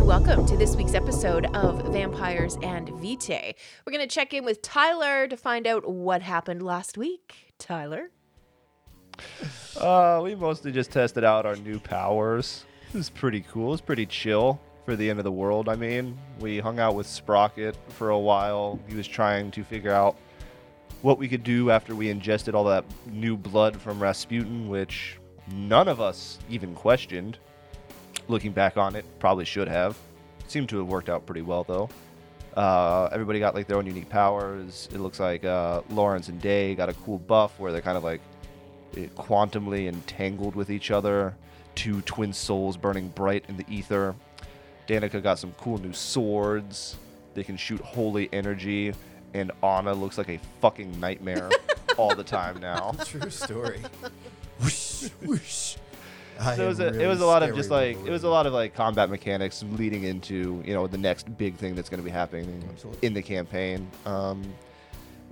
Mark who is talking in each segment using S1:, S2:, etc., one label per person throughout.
S1: welcome to this week's episode of Vampires and Vitae. We're going to check in with Tyler to find out what happened last week. Tyler?
S2: Uh, we mostly just tested out our new powers. It was pretty cool. It was pretty chill for the end of the world. I mean, we hung out with Sprocket for a while. He was trying to figure out what we could do after we ingested all that new blood from Rasputin, which none of us even questioned. Looking back on it, probably should have. Seemed to have worked out pretty well, though. Uh, everybody got like their own unique powers. It looks like uh, Lawrence and Day got a cool buff where they're kind of like eh, quantumly entangled with each other, two twin souls burning bright in the ether. Danica got some cool new swords. They can shoot holy energy, and Anna looks like a fucking nightmare all the time now.
S3: True story. whoosh, whoosh. I
S2: So it was
S3: am
S2: a,
S3: really
S2: it was a lot of
S3: scary
S2: just
S3: with
S2: like
S3: the
S2: it was a
S3: word.
S2: lot of like combat mechanics leading into you know the next big thing that's going to be happening
S3: Absolutely.
S2: in the campaign. Um,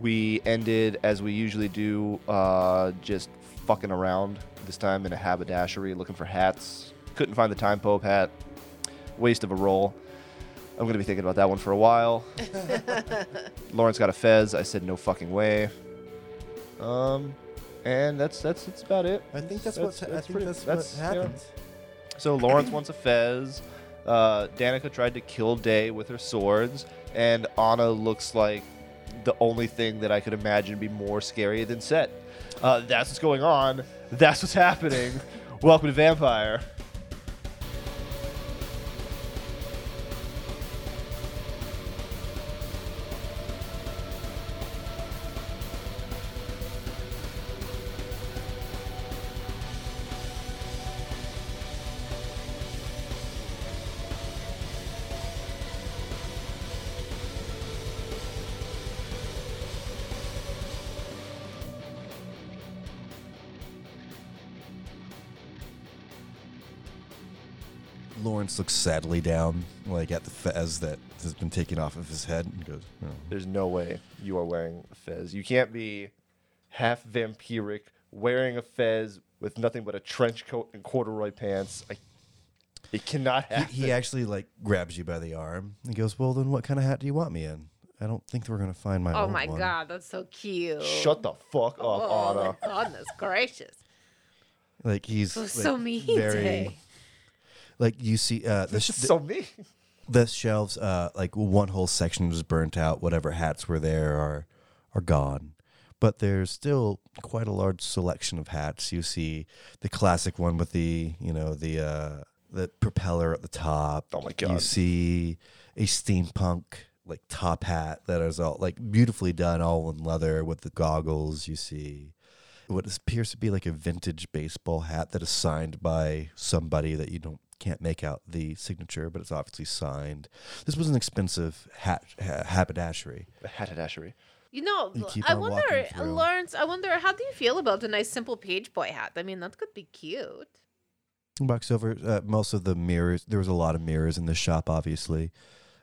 S2: we ended as we usually do, uh, just fucking around this time in a haberdashery looking for hats. Couldn't find the time pope hat. Waste of a roll. I'm gonna be thinking about that one for a while. Lawrence got a fez. I said no fucking way. Um, and that's that's that's about it.
S3: I think that's, what I think
S2: pretty-
S3: that's, what
S2: yeah.
S3: happened.
S2: So Lawrence wants a fez. Uh, Danica tried to kill Day with her swords, and Anna looks like the only thing that I could imagine be more scary than Set. Uh, that's what's going on. That's what's happening. Welcome to Vampire.
S3: Lawrence looks sadly down, like at the fez that has been taken off of his head, and goes, oh.
S2: There's no way you are wearing a fez. You can't be half vampiric wearing a fez with nothing but a trench coat and corduroy pants. I, it cannot happen.
S3: He actually like grabs you by the arm and goes, "Well, then, what kind of hat do you want me in? I don't think we're gonna find my.
S1: Oh
S3: old
S1: my
S3: one."
S1: god, that's so cute.
S2: Shut the fuck up,
S1: Oh,
S2: Anna.
S1: my goodness gracious.
S3: Like he's
S1: So,
S3: like,
S1: so mean today.
S3: Very, like you see, uh, the, sh-
S2: This is so mean.
S3: the shelves, uh, like one whole section was burnt out. Whatever hats were there are are gone, but there's still quite a large selection of hats. You see the classic one with the you know the uh, the propeller at the top.
S2: Oh my
S3: You
S2: God.
S3: see a steampunk like top hat that is all like beautifully done, all in leather with the goggles. You see. What appears to be like a vintage baseball hat that is signed by somebody that you don't can't make out the signature, but it's obviously signed. This was an expensive hat ha- haberdashery.
S2: Hatadashery.
S1: You know,
S3: You keep
S1: I
S3: on walking
S1: wonder,
S3: through.
S1: Lawrence, I wonder, how do you feel about a nice simple page boy hat? I mean, that could be cute.
S3: Box over. Uh, most of the mirrors. There was a lot of mirrors in the shop. Obviously,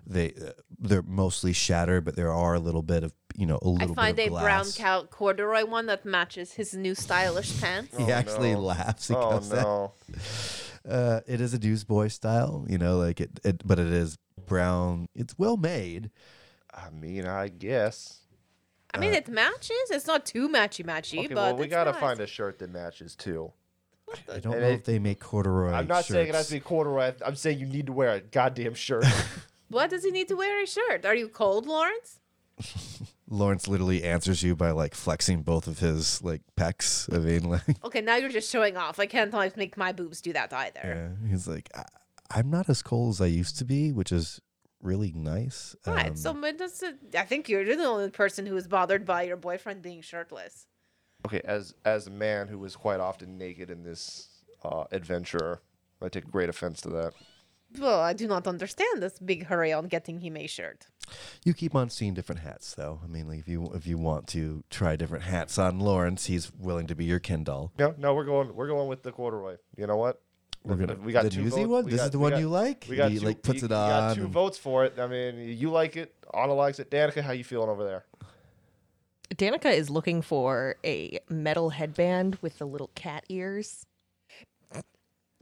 S3: they uh, they're mostly shattered, but there are a little bit of you know a
S1: I
S3: little.
S1: find
S3: bit
S1: a
S3: of
S1: brown
S3: glass.
S1: cow- corduroy one that matches his new stylish pants.
S3: He
S2: Oh,
S3: actually
S2: no.
S3: laughs. He
S2: Oh
S3: goes,
S2: no.
S3: uh, it is a newsboy style, you know, like it, it, but it is brown. It's well made.
S2: I mean, I guess.
S1: I mean, it matches. It's not too matchy matchy,
S2: Okay,
S1: but
S2: well, we gotta find
S1: it.
S2: a shirt that matches too.
S3: I don't
S2: And
S3: know
S2: it-
S3: if they make corduroy.
S2: I'm not saying it has
S3: shirts.
S2: to be corduroy. I'm saying you need to wear a goddamn shirt.
S1: What does he need to wear a shirt? Are you cold, Lawrence?
S3: Lawrence literally answers you by like flexing both of his like pecs. I mean, like
S1: Okay, now you're just showing off. I can't always make my boobs do that either.
S3: yeah. he's like, I- I'm not as cold as I used to be, which is really nice.
S1: Right.
S3: Um,
S1: so but that's a, I think you're the only person who is bothered by your boyfriend being shirtless.
S2: okay, as as a man who was quite often naked in this uh, adventure, I take great offense to that.
S1: Well, I do not understand this big hurry on getting him a shirt.
S3: you keep on seeing different hats, though. I mean, like if you if you want to try different hats on Lawrence, he's willing to be your Ken doll.
S2: No, no, we're going we're going with the corduroy. You know what?
S3: We're gonna-
S2: we got
S3: the
S2: two
S3: newsy
S2: votes.
S3: one?
S2: we
S3: This
S2: got-
S3: is the
S2: we
S3: one
S2: got-
S3: you like?
S2: We got
S3: He,
S2: two,
S3: like, puts
S2: you-
S3: it
S2: you got
S3: on
S2: two
S3: and-
S2: votes for it. I mean, you like it. Anna likes it. Danica, how you feeling over there?
S4: Danica is looking for a metal headband with the little cat ears.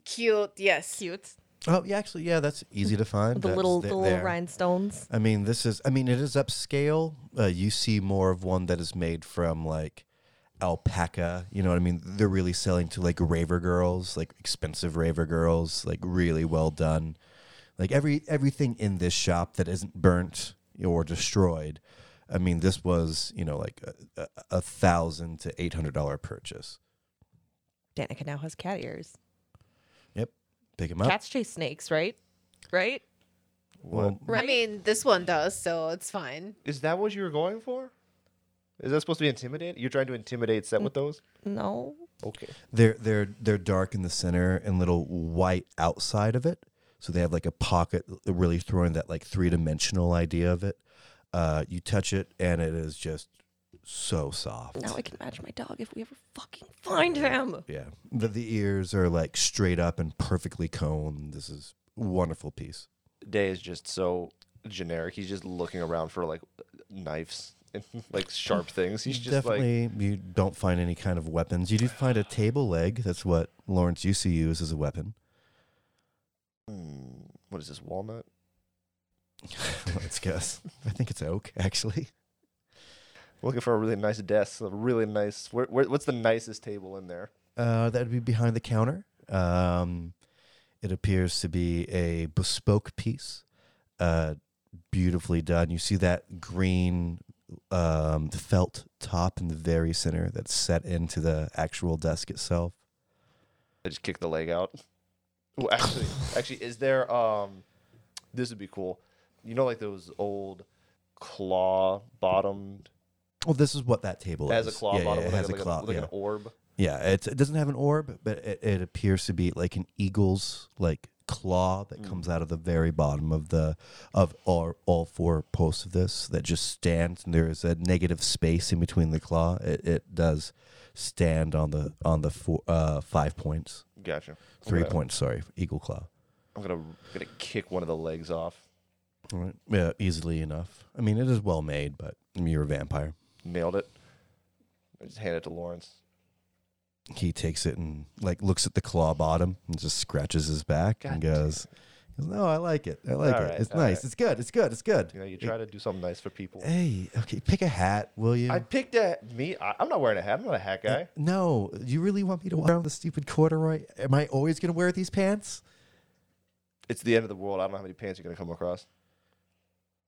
S1: Cute, yes.
S4: Cute.
S3: Oh, yeah, actually, yeah, that's easy to find.
S4: the
S3: That's
S4: little
S3: th-
S4: the little
S3: there.
S4: rhinestones.
S3: I mean, this is. I mean, it is upscale. Uh, you see more of one that is made from like alpaca. You know what I mean? They're really selling to like raver girls, like expensive raver girls, like really well done. Like every everything in this shop that isn't burnt or destroyed. I mean, this was you know like a, a, a thousand to eight hundred dollar purchase.
S4: Danica now has cat ears.
S3: Yep, pick them up.
S4: Cats chase snakes, right? Right?
S3: Well,
S1: I mean, this one does, so it's fine.
S2: Is that what you were going for? Is that supposed to be intimidating? You're trying to intimidate
S3: Mm.
S2: Set with those?
S4: No.
S2: Okay.
S3: They're they're they're dark in the center and little white outside of it. So they have like a pocket, really throwing that like three dimensional idea of it. Uh, you touch it and it is just so soft.
S4: Now I can match my dog if we ever fucking find him.
S3: yeah, the, the ears are like straight up and perfectly coned. This is wonderful piece.
S2: Day is just so generic. He's just looking around for like knives and like sharp things. He's just like
S3: Definitely, you don't find any kind of weapons. You do find a table leg. That's what Lawrence used to use as a weapon.
S2: "Hmm, what is this walnut?
S3: Let's guess. I think it's oak, actually.
S2: Looking for a really nice desk, a really nice. Where, where, what's the nicest table in there?
S3: Uh, that would be behind the counter. Um, it appears to be a bespoke piece, uh, beautifully done. You see that green um, felt top in the very center that's set into the actual desk itself.
S2: I just kick the leg out. Ooh, actually, actually, is there? Um, this would be cool. You know, like those old claw bottomed.
S3: Well, this is what that table
S2: Has a
S3: is.
S2: claw
S3: yeah,
S2: bottom.
S3: Yeah,
S2: like
S3: it
S2: a-
S3: has a
S2: like
S3: claw.
S2: like
S3: yeah.
S2: an orb.
S3: Yeah, it's, it doesn't have an orb, but it, it appears to be like an eagle's like claw that comes out of the very bottom of the of all, all four posts of this that just stands and there is a negative space in between the claw. It, it does stand on the on the four, uh, five points,
S2: Gotcha.
S3: 3
S2: Okay.
S3: points. Sorry, eagle claw.
S2: I'm gonna gonna kick one of the legs off.
S3: All right. Yeah, easily enough. I mean, it is well made, but you're a vampire.
S2: Nailed it. I just hand it to Lawrence.
S3: He takes it and like looks at the claw bottom and just scratches his back and
S2: God damn
S3: goes. goes, No, I like it. I like
S2: All
S3: it.
S2: right,
S3: it's
S2: all
S3: nice.
S2: right.
S3: It's good. It's good. It's good.
S2: You know, you try to do something nice for people.
S3: Hey, okay, pick a hat, will you? Uh,
S2: I picked a me. I, I'm not wearing a hat. I'm not a hat guy.
S3: no, you really want me to walk around with a stupid corduroy? Am I always going to wear these pants?
S2: It's the end of the world. I don't know how many pants you're gonna come across.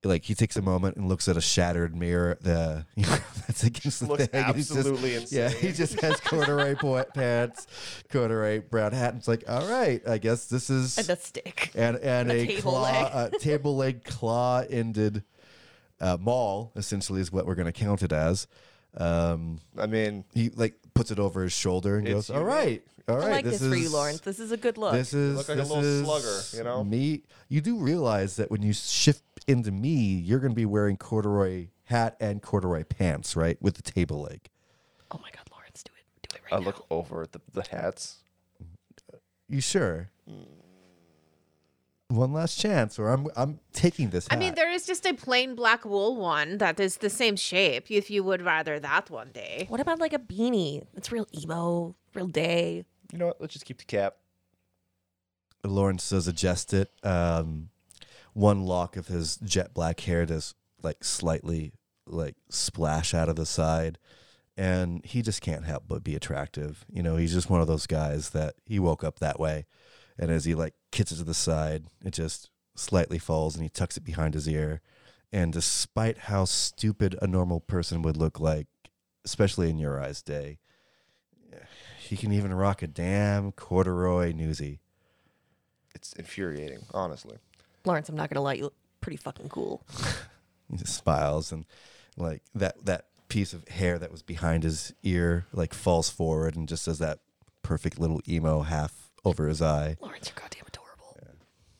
S3: Like he takes a moment and looks at a shattered mirror. at The that's against the
S2: Looks
S3: thing. and he's just-
S2: absolutely insane.
S3: yeah, he just has corduroy po- pants, corduroy brown hat, and it's like, all right, I guess this is
S4: And a stick.
S3: and and
S4: a
S3: a,
S4: table
S3: claw,
S4: leg.
S3: a table leg claw ended uh, maul essentially is what we're going to count it as. Um,
S2: I mean,
S3: he like puts it over his shoulder and
S2: It's
S3: goes, "All
S2: you.
S3: right, all right,
S4: I like this,
S3: is,
S4: for you, Lawrence. This is a good look.
S3: This is
S2: look like a
S3: this
S2: little
S3: is
S2: slugger, you know?
S3: Me, you do realize that when you shift into me, you're going to be wearing corduroy hat and corduroy pants, right, with the table leg.
S4: oh my god, Lawrence, do it. Do it right
S2: I
S4: now.
S2: look over at the, the hats.
S3: You sure?
S2: Hmm.
S3: One last chance, or I'm I'm taking this.
S1: I mean,
S3: hat.
S1: there is just a plain black wool one that is the same shape if you would rather that one day.
S4: What about like a beanie? It's real emo, real day.
S2: You know what? Let's just keep the cap.
S3: Lawrence does adjust it. Um, one lock of his jet black hair does like slightly like splash out of the side, and he just can't help but be attractive. You know, he's just one of those guys that he woke up that way, and as he like kicks it to the side, it just slightly falls, and he tucks it behind his ear. And despite how stupid a normal person would look like, especially in your eyes, day, he can even rock a damn corduroy newsie.
S2: It's infuriating, honestly.
S4: Lawrence, I'm not gonna lie, you look pretty fucking cool.
S3: he just smiles and like that that piece of hair that was behind his ear like falls forward and just does that perfect little emo half over his eye.
S4: Lawrence, you're goddamn adorable.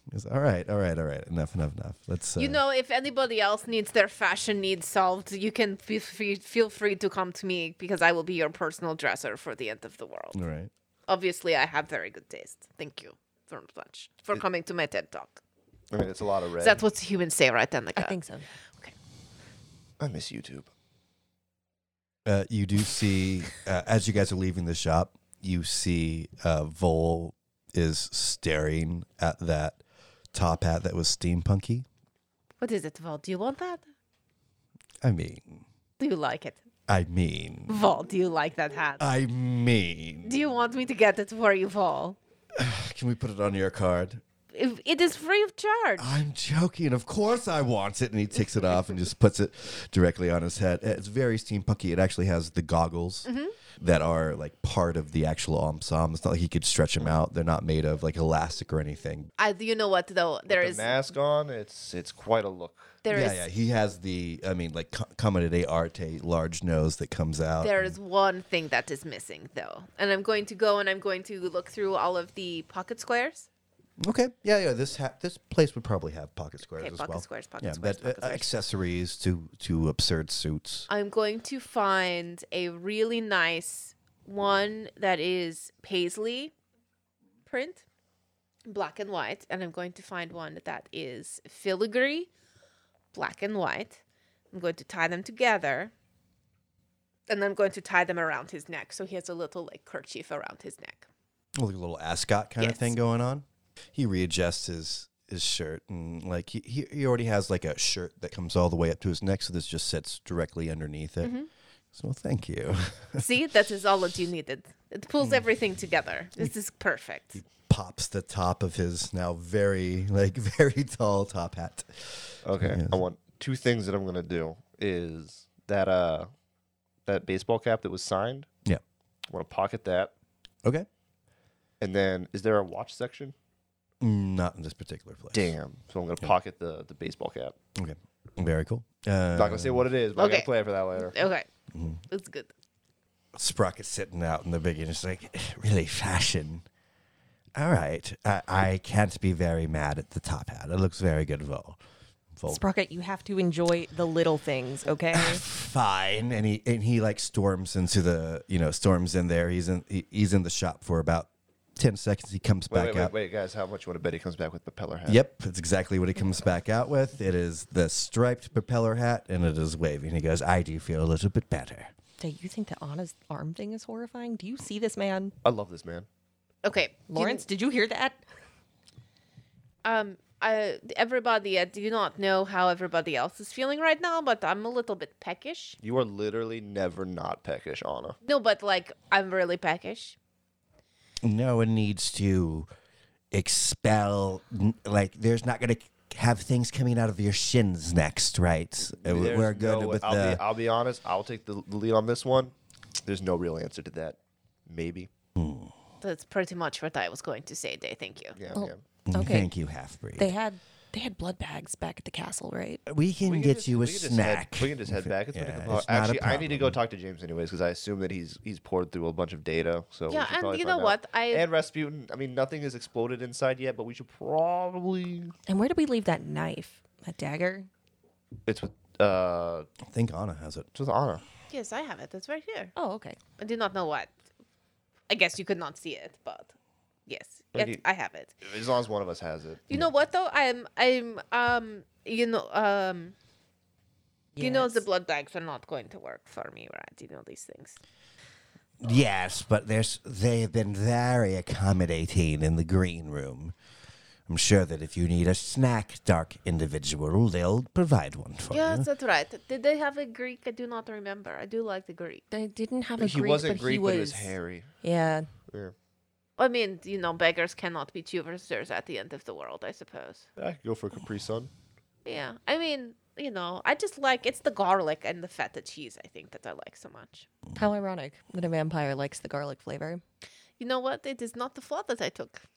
S3: He goes, all right, all right, all right, enough, enough, enough. Let's uh,
S1: You know, if anybody else needs their fashion needs solved, you can feel free, feel free to come to me because I will be your personal dresser for the end of the world.
S3: all right.
S1: Obviously, I have very good taste. Thank you very much for coming to my TED Talk.
S2: I mean, it's a lot of red.
S1: That's what humans say, right, Danica?
S4: I think so.
S2: I miss YouTube.
S3: Uh, you do see uh, as you guys are leaving the shop, you see uh, Vol is staring at that top hat that was steampunky.
S1: What is it, Vol? Do you want that?
S3: I mean,
S1: Do you like it?
S3: I mean,
S1: Vol, do you like that hat?
S3: I mean.
S1: do you want me to get it for you, Vol?
S3: Can we put it on your card?
S1: If- It is free of charge.
S3: I'm joking. Of course I want it. And he takes it off and just puts it directly on his head. It's very steampunky. It actually has the goggles
S1: Mm-hmm.
S3: that are like part of the actual ensemble. It's not like he could stretch them out. They're not made of like elastic or anything.
S1: I, you know what though? There
S2: The
S1: is
S2: mask on, it's it's quite a look.
S1: there
S3: yeah,
S1: is
S3: yeah. He has the, I mean, like co- Comedy de Arte large nose that comes out.
S1: there is one thing that is missing though, and I'm going to go and I'm going to look through all of the pocket squares.
S3: Okay. Yeah, yeah. This ha- this place would probably have pocket squares
S1: Okay,
S3: as
S1: pocket
S3: well.
S1: squares, pocket
S3: yeah,
S1: squares,
S3: but
S1: pocket
S3: uh,
S1: squares.
S3: accessories to to absurd suits.
S1: I'm going to find a really nice one that is paisley print, black and white, and I'm going to find one that is filigree, black and white. I'm going to tie them together. And I'm going to tie them around his neck so he has a little like kerchief around his neck.
S3: like a little ascot kind
S1: Yes.
S3: of thing going on. He readjusts his his shirt and like he, he he already has like a shirt that comes all the way up to his neck, so this just sits directly underneath it. So thank you.
S1: See, that is all that you needed. It pulls everything together. This is perfect.
S3: Pops the top of his now very like very tall top hat.
S2: Okay.
S3: Yes.
S2: I want two things that I'm gonna do is that uh that baseball cap that was signed.
S3: Yeah.
S2: I want to pocket that,
S3: Okay.
S2: and then is there a watch section?
S3: Not in this particular place.
S2: Damn. So I'm gonna pocket the the baseball cap.
S3: Okay. Very cool. Um, Uh,
S2: I'm not gonna say what it is, but I'm
S1: okay.
S2: gonna play it for that later.
S1: Okay. It's good.
S3: Sprocket mm-hmm. sitting out in the beginning. It's like, really, fashion. All right. I, I can't be very mad at the top hat. It looks very good, Vol. Vol
S4: Sprocket, you have to enjoy the little things, okay?
S3: fine and he and he like storms into the you know storms in there he's in he, he's in the shop for about 10 seconds he comes
S2: Wait,
S3: back
S2: wait,
S3: out
S2: wait, wait, guys! How much you want to bet he comes back with propeller hat?
S3: yep that's exactly what he comes back out with it is the striped propeller hat and it is waving he goes i do feel a little bit better
S4: Do you think the Anna's arm thing is horrifying? Do you see this man?
S2: I love this man.
S1: Okay.
S4: Lawrence, did you hear that?
S1: Um, I, everybody, I do not know how everybody else is feeling right now, but I'm a little bit peckish.
S2: You are literally never not peckish, Anna.
S1: No, but like, I'm really peckish.
S3: no one needs to expel n- like there's not going to have things coming out of your shins next right Uh, we-
S2: There's
S3: we're good
S2: no-
S3: with
S2: I'll
S3: the
S2: Be, I'll be honest. I'll take the the lead on this one. There's no real answer to that. Maybe.
S1: That's pretty much what I was going to say, Day. Thank you.
S2: Yeah. yeah.
S4: Okay.
S3: thank you half breed
S4: They had they had blood bags back at the castle, right?
S3: we can
S2: We can
S3: get
S2: just-
S3: you a
S2: we can just head-
S3: snack
S2: we can just head back. It's
S3: Yeah,
S2: not a problem.
S3: it's not a
S2: Actually, I need to go talk to James anyways because I assume that he's he's poured through a bunch of data. So we
S1: Yeah,
S2: should
S1: and
S2: probably
S1: you
S2: find
S1: know
S2: out.
S1: what? I-
S2: and Rasputin. I mean, nothing has exploded inside yet, but we should probably.
S4: And where did we leave that knife? A dagger?
S2: It's with uh,
S3: I think Anna has it.
S2: it's with Anna.
S1: Yes, I have it. It's right here.
S4: Oh, okay.
S1: I do not know what. I guess you could not see it, but yes, yes,
S2: But you-
S1: I have it.
S2: As long as one of us has it.
S1: You know what though? I'm, I'm, um, you know, um, you know, the
S4: Yes.
S1: blood bags are not going to work for me, right? You know these things.
S3: Yes, but there's they have been very accommodating in the green room. I'm sure that if you need a snack, dark individual, they'll provide one for
S1: Yes,
S3: you.
S1: that's right. Did they have a Greek? I do not remember. I do like the Greek.
S4: They didn't have a
S2: He
S4: Greek,
S2: wasn't
S4: but
S2: Greek,
S4: he
S2: but
S4: was,
S2: he was hairy.
S4: Yeah.
S2: Yeah.
S1: I mean, you know, beggars cannot be choosers at the end of the world, I suppose.
S2: I could go for a Capri Sun.
S1: Yeah. I mean, you know, I just like it's the garlic and the feta cheese, I think, that I like so much.
S4: How ironic that a vampire likes the garlic flavor.
S1: You know what? It is not the flaw that I took.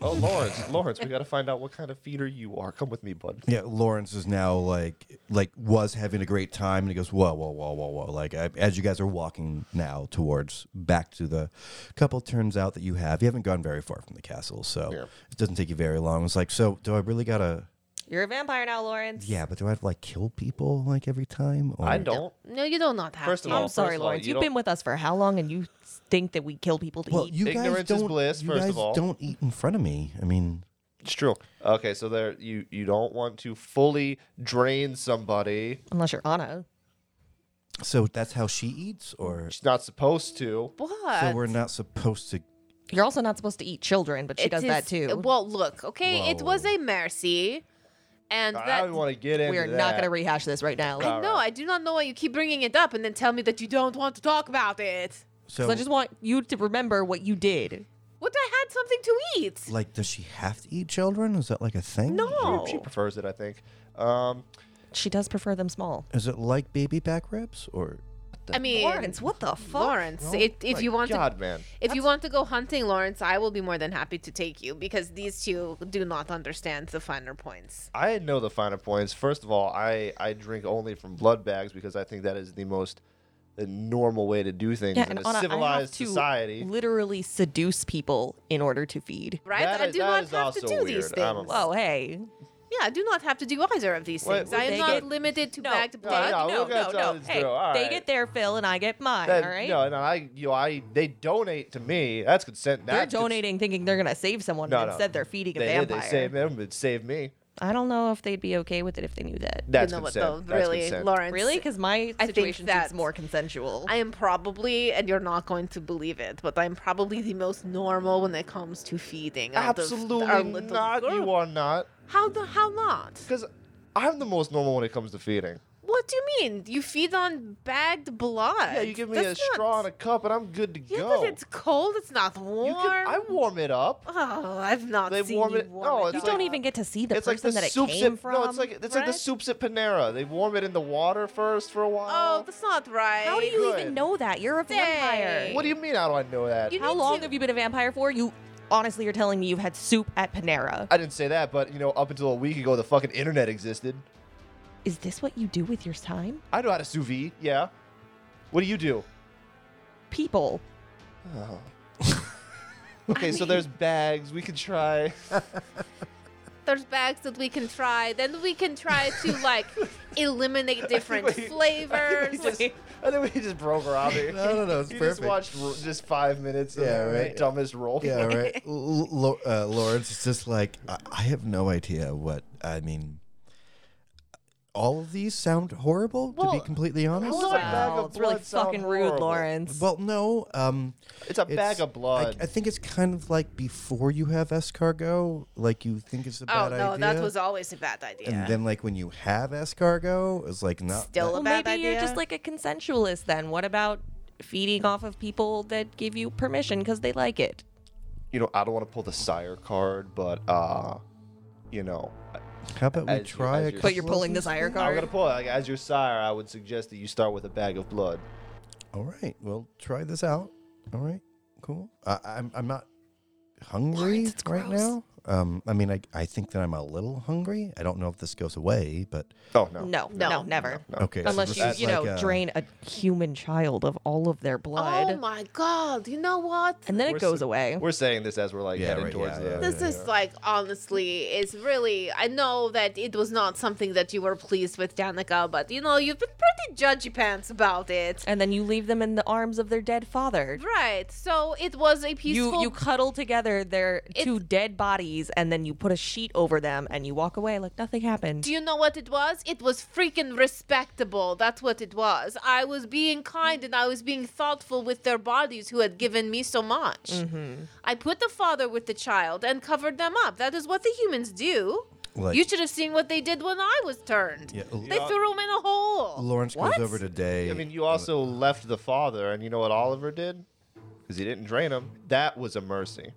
S2: Oh, Lawrence, Lawrence, we got to find out what kind of feeder you are. Come with me, bud.
S3: Yeah, Lawrence is now like like was having a great time, and he goes, "Whoa, whoa, whoa, whoa, whoa!" Like I, as you guys are walking now towards back to the couple, turns out that you have you haven't gone very far from the castle, so
S2: Yeah.
S3: it doesn't take you very long. It's like, so do I really gotta?
S4: You're a vampire now, Lawrence.
S3: Yeah, but do I have to like kill people like every time? Or?
S2: I don't.
S1: No, you do not have
S2: First of
S1: to.
S2: all,
S4: I'm sorry,
S2: of all,
S4: Lawrence.
S2: you
S4: You've been
S2: don't-
S4: with us for how long and you think that we kill people to
S3: Well,
S4: eat?
S3: you guys
S2: Ignorance is
S3: don't.
S2: bliss,
S3: you
S2: first of
S3: guys
S2: all.
S3: don't eat in front of me. I mean,
S2: It's true. Okay, so there you you don't want to fully drain somebody.
S4: Unless you're Anna.
S3: so that's how she eats, or
S2: She's not supposed to.
S1: What?
S3: so we're not supposed to
S4: You're also not supposed to eat children, but she
S1: It
S4: does that
S1: is-
S4: too.
S1: Well, look, okay, it was
S3: Whoa.
S1: a mercy, and
S2: I
S1: that
S2: don't want to get into
S4: we are not going to rehash this right now.
S2: Um,
S1: I know. I do not know why you keep bringing it up and then tell me that you don't want to talk about it.
S3: So,
S4: So I just want you to remember what you did.
S1: What? I had something to eat.
S3: like, does she have to eat children? Is that like a thing?
S1: No.
S2: She prefers it, I think. Um,
S4: She does prefer them small.
S3: Is it like baby back ribs or?
S1: I mean,
S4: Lawrence, what the fuck? Oh
S1: Lawrence, it, if
S2: my
S1: you want
S2: God,
S1: to,
S2: man.
S1: if you want to go hunting, Lawrence, I will be more than happy to take you because these two do not understand the finer points.
S2: I know the finer points. First of all, I, I drink only from blood bags because I think that is the most uh, normal way to do things
S4: Yeah,
S2: in
S4: and
S2: a
S4: Anna, I have
S2: civilized
S4: to
S2: society.
S4: literally seduce people in order to feed.
S1: Right?
S2: That
S1: I
S2: is-
S1: do
S2: that
S1: not
S2: is
S1: have to
S2: also
S1: do these
S2: weird. I'm
S1: things.
S2: allowed.
S4: Oh, hey.
S1: Yeah, I do not have to do either of these
S2: Wait,
S1: things.
S2: would
S1: I am
S4: they
S1: not
S4: get-
S1: limited to
S4: No,
S1: bagged
S4: no,
S1: blood.
S2: yeah,
S4: no,
S2: we're gonna
S4: no,
S2: tell
S4: no.
S2: this
S4: Hey,
S2: girl, all
S4: they
S2: right.
S4: get their fill and I get mine,
S2: That-
S4: all right?
S2: No, no, I you know, I they donate to me. That's consent.
S4: they're
S2: that's cons-
S4: donating thinking they're going to save someone,
S2: No,
S4: but
S2: no.
S4: instead they're feeding a
S2: they, did.
S4: vampire.
S2: They save him. It saved me.
S4: I don't know if they'd be okay with it if they knew that.
S2: That's
S1: you know
S2: consent.
S1: what though?
S2: That's
S1: Really,
S2: consent.
S1: Lawrence?
S4: Really? um, Because my
S1: I think
S4: situation seems
S1: that-
S4: more consensual.
S1: I am probably, and you're not going to believe it, but I'm probably the most normal when it comes to feeding. out of our
S2: Absolutely
S1: little
S2: not.
S1: group.
S2: You are not.
S1: How the how not?
S2: Because I'm the most normal when it comes to feeding.
S1: What do you mean? You feed on bagged blood?
S2: Yeah, you give me
S1: That's
S2: a
S1: not-
S2: straw and a cup, and I'm good to
S1: Yeah,
S2: go.
S1: but it's cold. It's not warm.
S2: You can- I warm it up.
S1: Oh, I've not
S2: They
S1: seen
S2: warm
S1: you
S2: it- no,
S1: it
S2: it's
S4: you
S1: up.
S4: don't
S2: like-
S4: even get to see the
S2: it's like the
S4: person that it
S2: soups
S4: came
S2: at
S4: from.
S2: no, it's like it's like the
S1: Brett?
S2: soups at Panera. They warm it in the water first for a
S1: Oh,
S2: while.
S1: that's not right.
S4: How do you
S2: good.
S4: even know that? You're a vampire.
S1: Dang.
S2: what do you mean? How do I know that?
S1: Oh, You
S4: How
S1: need
S4: long
S1: to-
S4: have you been a vampire for? You honestly are telling me you've had soup at Panera.
S2: I didn't say that, but you know, up until a week ago, the fucking internet existed.
S4: Is this what you do with your time?
S2: I know how to sous vide. Yeah. What do you do?
S4: People.
S2: Okay, so there's bags. We could try.
S1: There's bags that we can try. Then we can try to like eliminate different
S2: we- I think
S1: flavors.
S2: We just, I think we just broke Robbie.
S3: No, no, no, it's
S2: you
S3: perfect.
S2: just watched ro- just five minutes of
S3: Yeah,
S2: the
S3: right.
S2: dumbest role.
S3: Yeah, right. L- Lo- uh, Lawrence is just like, I-, I have no idea what, I mean, all of these sound horrible, to
S2: Well,
S3: be completely honest.
S2: Lawrence- It's a bag of
S4: Wow, it's really
S2: blood sound
S4: fucking rude,
S2: horrible.
S4: Lawrence.
S3: Well, no. Um,
S2: It's a bag
S3: it's-
S2: of blood.
S3: I, I think it's kind of like before you have escargot, like you think it's a
S1: oh
S3: bad idea.
S1: no, that was always a bad idea.
S3: And then, like when you have escargot, it's like not
S1: Still
S4: well,
S1: a bad
S4: maybe you're
S1: idea.
S4: just like a consensualist then. What about feeding off of people that give you permission because they like it?
S2: you know, I don't want to pull the sire card, but uh, you know,
S3: How about we
S2: As you-
S3: try
S2: as
S3: a
S2: you-
S4: But you're pulling
S3: couple
S4: this
S3: of
S4: iron
S3: these
S2: I'm gonna
S4: card.
S2: pull it. Like, as your sire. I would suggest that you start with a bag of blood.
S3: things? All right, well, try this out. All right, cool. I, I'm I'm not hungry
S4: Lawrence, it's
S3: right
S4: gross.
S3: now. Um, I mean, I I think that I'm a little hungry. I don't know if this goes away, but
S2: Oh no,
S4: No, no,
S1: No.
S4: never.
S2: Uh,
S3: okay. so
S4: Unless
S3: this
S4: you,
S3: is
S4: you
S3: like uh,
S4: know,
S3: a-
S4: drain a human child of all of their blood.
S1: Oh my god! You know what?
S4: and then
S2: We're
S4: it goes
S2: so-
S4: away.
S2: We're saying this as we're like
S3: Yeah,
S2: heading
S3: right,
S2: towards
S3: yeah,
S2: the.
S3: yeah,
S1: This is like honestly, it's really. I know that it was not something that you were pleased with, Danica, but you know you've been pretty judgy pants about it,
S4: and then you leave them in the arms of their dead father.
S1: right? So it was a peaceful.
S4: You you cuddle together their
S1: It's-
S4: two dead bodies, and then you put a sheet over them, and you walk away like nothing happened.
S1: Do you know what it was? It was freaking respectable. That's what it was. I was being kind and I was being thoughtful with their bodies who had given me so much.
S3: Mm-hmm.
S1: I put the father with the child and covered them up. That is what the humans do.
S3: Like-
S1: you should have seen what they did when I was turned.
S3: Yeah, l-
S1: They threw him in a hole.
S3: Lawrence
S4: What?
S3: goes over today.
S2: I mean, you also left the father, and you know what Oliver did? Because he didn't drain him. That was a mercy,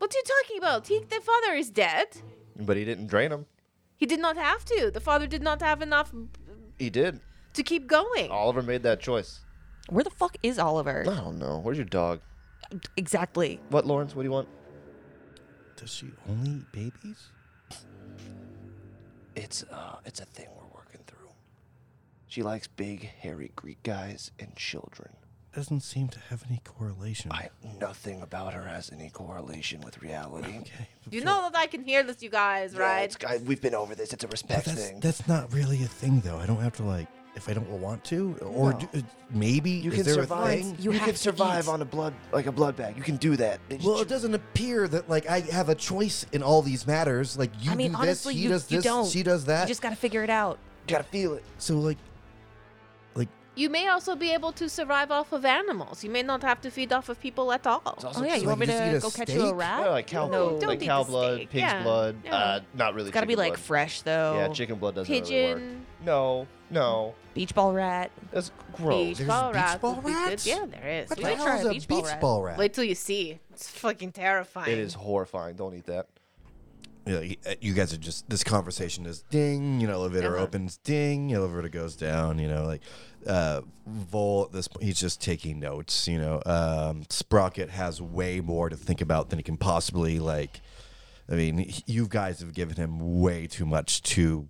S1: What are you talking about? He, the father is dead.
S2: but he didn't drain him.
S1: He did not have to. The father did not have enough
S2: He did.
S1: to keep going.
S2: Oliver made that choice.
S4: Where the fuck is Oliver?
S2: I don't know. Where's your dog?
S4: Exactly.
S2: What, Lawrence? What do you want?
S3: does she only eat babies?
S2: It's uh, it's a thing we're working through. She likes big, hairy Greek guys and children.
S3: Doesn't seem to have any correlation.
S2: nothing about her has any correlation with reality.
S3: okay, but
S1: You know that I can hear this, you guys, right?
S2: we've been over this. It's a respect
S3: Oh, that's that's not really a thing though. I don't have to like if I don't want to, or
S2: No.
S3: do, uh, maybe
S2: You
S3: is
S2: can
S3: there a
S2: survive.
S3: thing?
S4: You have
S2: can
S4: to
S2: survive
S4: eat.
S2: on a blood like a blood bag. You can do that. They just-
S3: Well, it doesn't appear that like I have a choice in all these matters. Like you
S4: I mean,
S3: do
S4: honestly,
S3: this, he
S4: you,
S3: does
S4: you
S3: this,
S4: don't.
S3: she does that.
S4: You just gotta figure it out.
S2: gotta feel it.
S3: so like, like
S1: You may also be able to survive off of animals. You may not have to feed off of people at all.
S4: Oh yeah, you
S3: like,
S4: want me
S3: just eat
S4: to
S3: a
S4: go catch you a
S3: steak?
S4: rat?
S2: Yeah, like cow
S4: No.
S2: blood,
S1: Don't
S2: like
S1: eat
S2: cow
S1: the
S2: blood,
S1: steak.
S2: pig's
S1: Yeah,
S2: blood.
S1: yeah.
S2: Uh, not really.
S4: It's got to be
S2: chicken
S4: like
S2: blood.
S4: fresh though.
S2: Yeah, chicken blood doesn't really work.
S1: Pigeon,
S2: No, no,
S4: Beach ball rat.
S2: that's
S1: beach
S2: gross.
S3: there's
S1: ball
S3: beach
S1: rat.
S3: ball
S1: would be good.
S3: rats?
S1: Yeah, there is.
S3: What the
S4: might
S1: Wait,
S3: hell
S4: try
S3: is
S4: a
S3: a
S4: beach
S3: beach
S4: ball
S3: ball
S4: rat.
S3: rat?
S1: wait till you see. It's fucking terrifying.
S2: It is horrifying. Don't eat that.
S3: You're like, uh, you guys are just this conversation is ding, you know, elevator
S1: Uh-huh.
S3: opens, ding, elevator goes down, you know, like uh Vol at this point he's just taking notes, you know. Um Sprocket has way more to think about than he can possibly like I mean, he- you guys have given him way too much to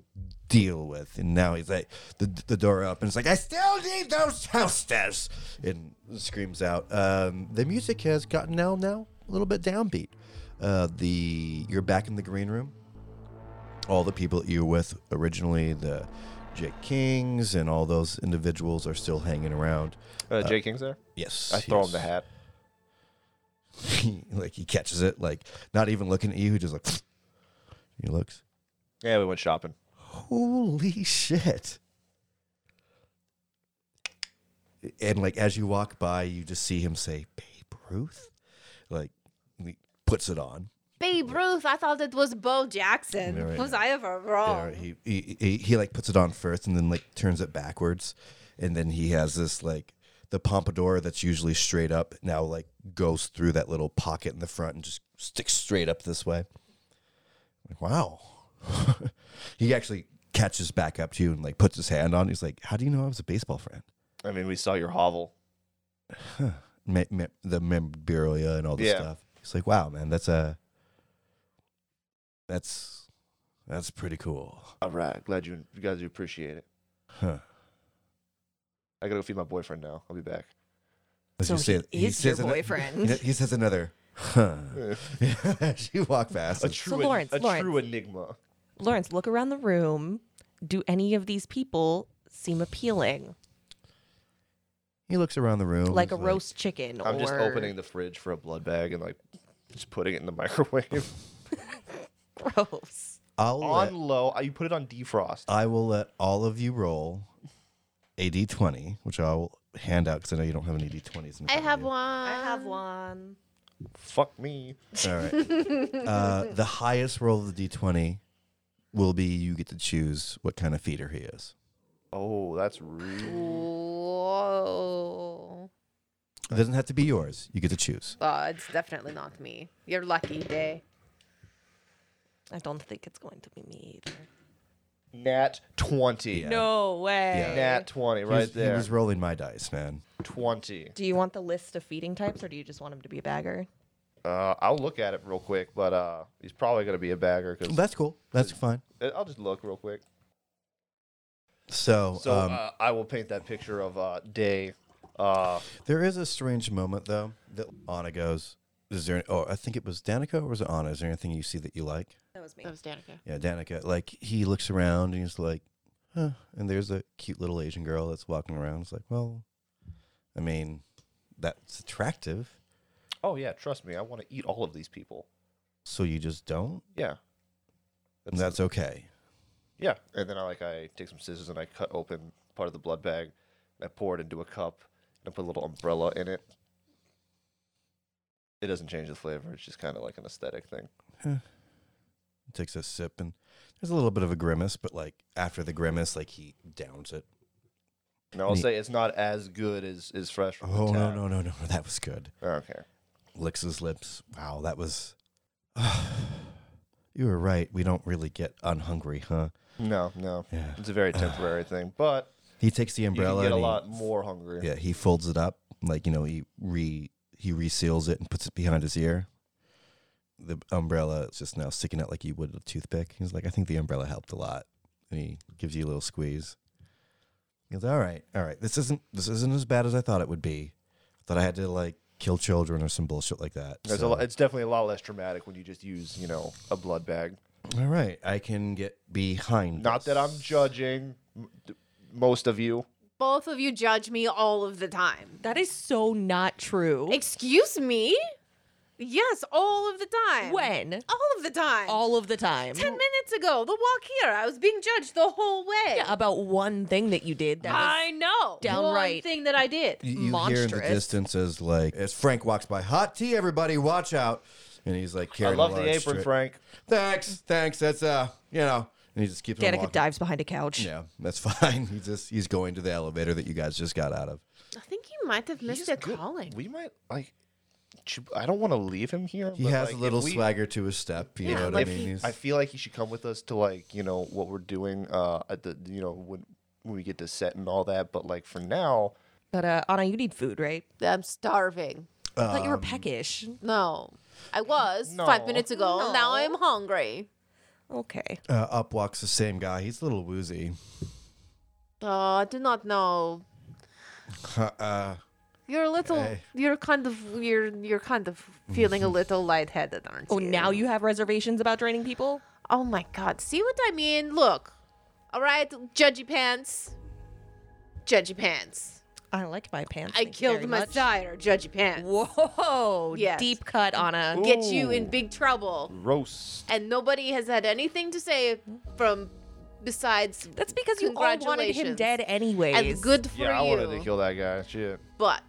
S3: deal with, and now he's like the, the door opens, like I still need those toasters, and screams out. Um, the music has gotten now now a little bit downbeat. Uh, the you're back in the green room. All the people that you were with originally, the Jake Kings and all those individuals are still hanging around.
S2: Uh, Jay King's there.
S3: Yes,
S2: I throw him
S3: yes.
S2: the hat.
S3: like he catches it, like not even looking at you, he just like he looks.
S2: Yeah, we went shopping.
S3: Holy shit. And like as you walk by, you just see him say, Babe Ruth? Like he puts it on.
S1: Babe Ruth. I thought it was Bo Jackson.
S3: Yeah, right
S1: was
S3: now.
S1: I ever
S3: Yeah,
S1: wrong?
S3: he, he, he he like puts it on first and then like turns it backwards. And then he has this like the pompadour that's usually straight up now like goes through that little pocket in the front and just sticks straight up this way. Like, wow. he actually catches back up to you and like puts his hand on. it. He's like, How do you know I was a baseball friend?
S2: I mean, we saw your hovel.
S3: me- me- the memorabilia and all this
S2: Yeah.
S3: stuff. It's like, wow, man, that's a that's that's pretty cool.
S2: All right, glad you, you guys appreciate it.
S3: Huh.
S2: I gotta go feed my boyfriend now. I'll be back.
S3: As
S4: So
S3: you say
S4: he
S3: it, he
S4: is your
S3: says ano-
S4: boyfriend.
S3: he says another. Huh. she walked past.
S2: A
S3: and-
S2: true,
S4: Lawrence,
S2: a
S4: Lawrence.
S2: true enigma.
S4: Lawrence, look around the room. Do any of these people seem appealing?
S3: He looks around the room.
S4: Like a
S3: he's
S4: roast chicken
S2: I'm
S4: or
S2: just opening the fridge for a blood bag and like just putting it in the microwave
S4: gross.
S3: I'll
S2: on
S3: let,
S2: low. You put it on defrost.
S3: I will let all of you roll a d20, which I'll hand out because I know you don't have any d20s. In
S1: I
S3: front of
S1: have
S3: you.
S1: one.
S4: I have one.
S2: Fuck me.
S3: All right. uh, the highest roll of the d20 will be you get to choose what kind of feeder he is.
S2: Oh, that's real.
S1: Whoa.
S3: It doesn't have to be yours. You get to choose.
S1: Oh, it's definitely not me. You're lucky, day.
S4: I don't think it's going to be me either.
S2: Nat 20.
S4: No way.
S2: Nat 20
S3: He
S2: right
S3: was-
S2: there.
S3: He was rolling my dice, man.
S2: 20.
S4: Do you want the list of feeding types or do you just want him to be a bagger?
S2: Uh, I'll look at it real quick, but uh, he's probably going to be a bagger because
S3: That's cool. That's fine.
S2: I'll just look real quick.
S3: So,
S2: So
S3: um,
S2: uh, I will paint that picture of uh, Day. Uh,
S3: there is a strange moment though that Anna goes. Is there? Oh, I think it was Danica or was it Anna? Is there anything you see that you like?
S4: That was me.
S1: That was Danica.
S3: Yeah, Danica. Like he looks around and he's like, huh. and there's a cute little Asian girl that's walking around. It's like, well, I mean, that's attractive.
S2: oh, yeah, trust me. I want to eat all of these people.
S3: So you just don't.
S2: Yeah.
S3: And that's okay.
S2: Yeah, and then I like I take some scissors and I cut open part of the blood bag, and I pour it into a cup, and I put a little umbrella in it. It doesn't change the flavor; it's just kind of like an aesthetic thing.
S3: takes a sip and there's a little bit of a grimace, but like after the grimace, like he downs it.
S2: And I'll
S3: Neat.
S2: say it's not as good as is fresh from
S3: Oh
S2: the
S3: no
S2: tap.
S3: no no no! That was good.
S2: Okay,
S3: Licks his lips. Wow, that was. you were right. We don't really get unhungry, huh?
S2: no, no,
S3: Yeah.
S2: it's a very temporary thing, but
S3: He takes the
S2: you
S3: umbrella.
S2: can get a
S3: and he-
S2: lot more hungry.
S3: Yeah, he folds it up, like you know, he re he reseals it and puts it behind his ear. The umbrella is just now sticking out like you would a toothpick. He's like, I think the umbrella helped a lot, and he gives you a little squeeze. He goes, all right, all right, this isn't this isn't as bad as I thought it would be. I thought I had to like kill children or some bullshit like that.
S2: There's a
S3: So,
S2: lot, it's definitely a lot less dramatic when you just use you know a blood bag.
S3: all right, I can get behind.
S2: Not that I'm
S3: this."
S2: judging m- d- most of you.
S1: Both of you judge me all of the time.
S4: That is so not true.
S1: Excuse me? Yes, all of the time.
S4: when?
S1: All of the time.
S4: All of the time.
S1: Ten minutes ago, the walk here, I was being judged the whole way.
S4: Yeah, about one thing that you did that was
S1: I know. out one
S4: Downright.
S1: thing that I did.
S3: You, you hear in the
S4: Monstrous.
S3: distance as like as Frank walks by, hot tea, everybody, watch out! And he's like
S2: I
S3: carrying. a
S2: love the
S3: large
S2: apron,
S3: strip.
S2: Frank.
S3: Thanks, thanks. That's uh, you know. And he just keeps on
S4: Danica
S3: walking.
S4: dives behind a couch.
S3: Yeah, that's fine. He just he's going to the elevator that you guys just got out of.
S1: I think he might have missed
S2: He's
S1: a
S2: good.
S1: calling.
S2: We might like. should- I don't want to leave him here.
S3: He
S2: but,
S3: has
S2: like,
S3: a
S2: if
S3: little
S2: we-
S3: swagger to his step. You
S1: Yeah,
S3: know what I
S1: like
S3: mean?
S1: he-
S3: He's-
S2: I feel like he should come with us to like you know what we're doing uh at the you know when when we get to set and all that. But like for now,
S4: But uh, Anna, you need food, right?
S1: I'm starving.
S4: I thought you were peckish.
S1: No. I was five
S2: No.
S1: minutes ago. Now I'm hungry.
S4: Okay.
S3: uh, up walks the same guy. He's a little woozy.
S1: Oh, I do not know.
S3: uh,
S1: You're a little.
S3: Hey.
S1: You're kind of weird. You're kind of feeling a little lightheaded, aren't you?
S4: Oh, now you have reservations about draining people?
S1: Oh my God! See what I mean? Look. All right, judgy pants. Judgy pants.
S4: I like my pants.
S1: I
S4: thank you
S1: killed
S4: very
S1: my
S4: much.
S1: sire, judgy pants.
S4: Whoa!
S1: Yes.
S4: Deep cut, Anna.
S1: Get you in
S4: Oh.
S2: Ooh.
S1: big trouble,
S2: roast.
S1: and nobody has had anything to say from besides.
S4: That's because you all wanted him
S1: Congratulations.
S4: dead anyways.
S1: And good for
S2: Yeah, I
S1: you.
S2: wanted to kill that guy. Shit,
S1: But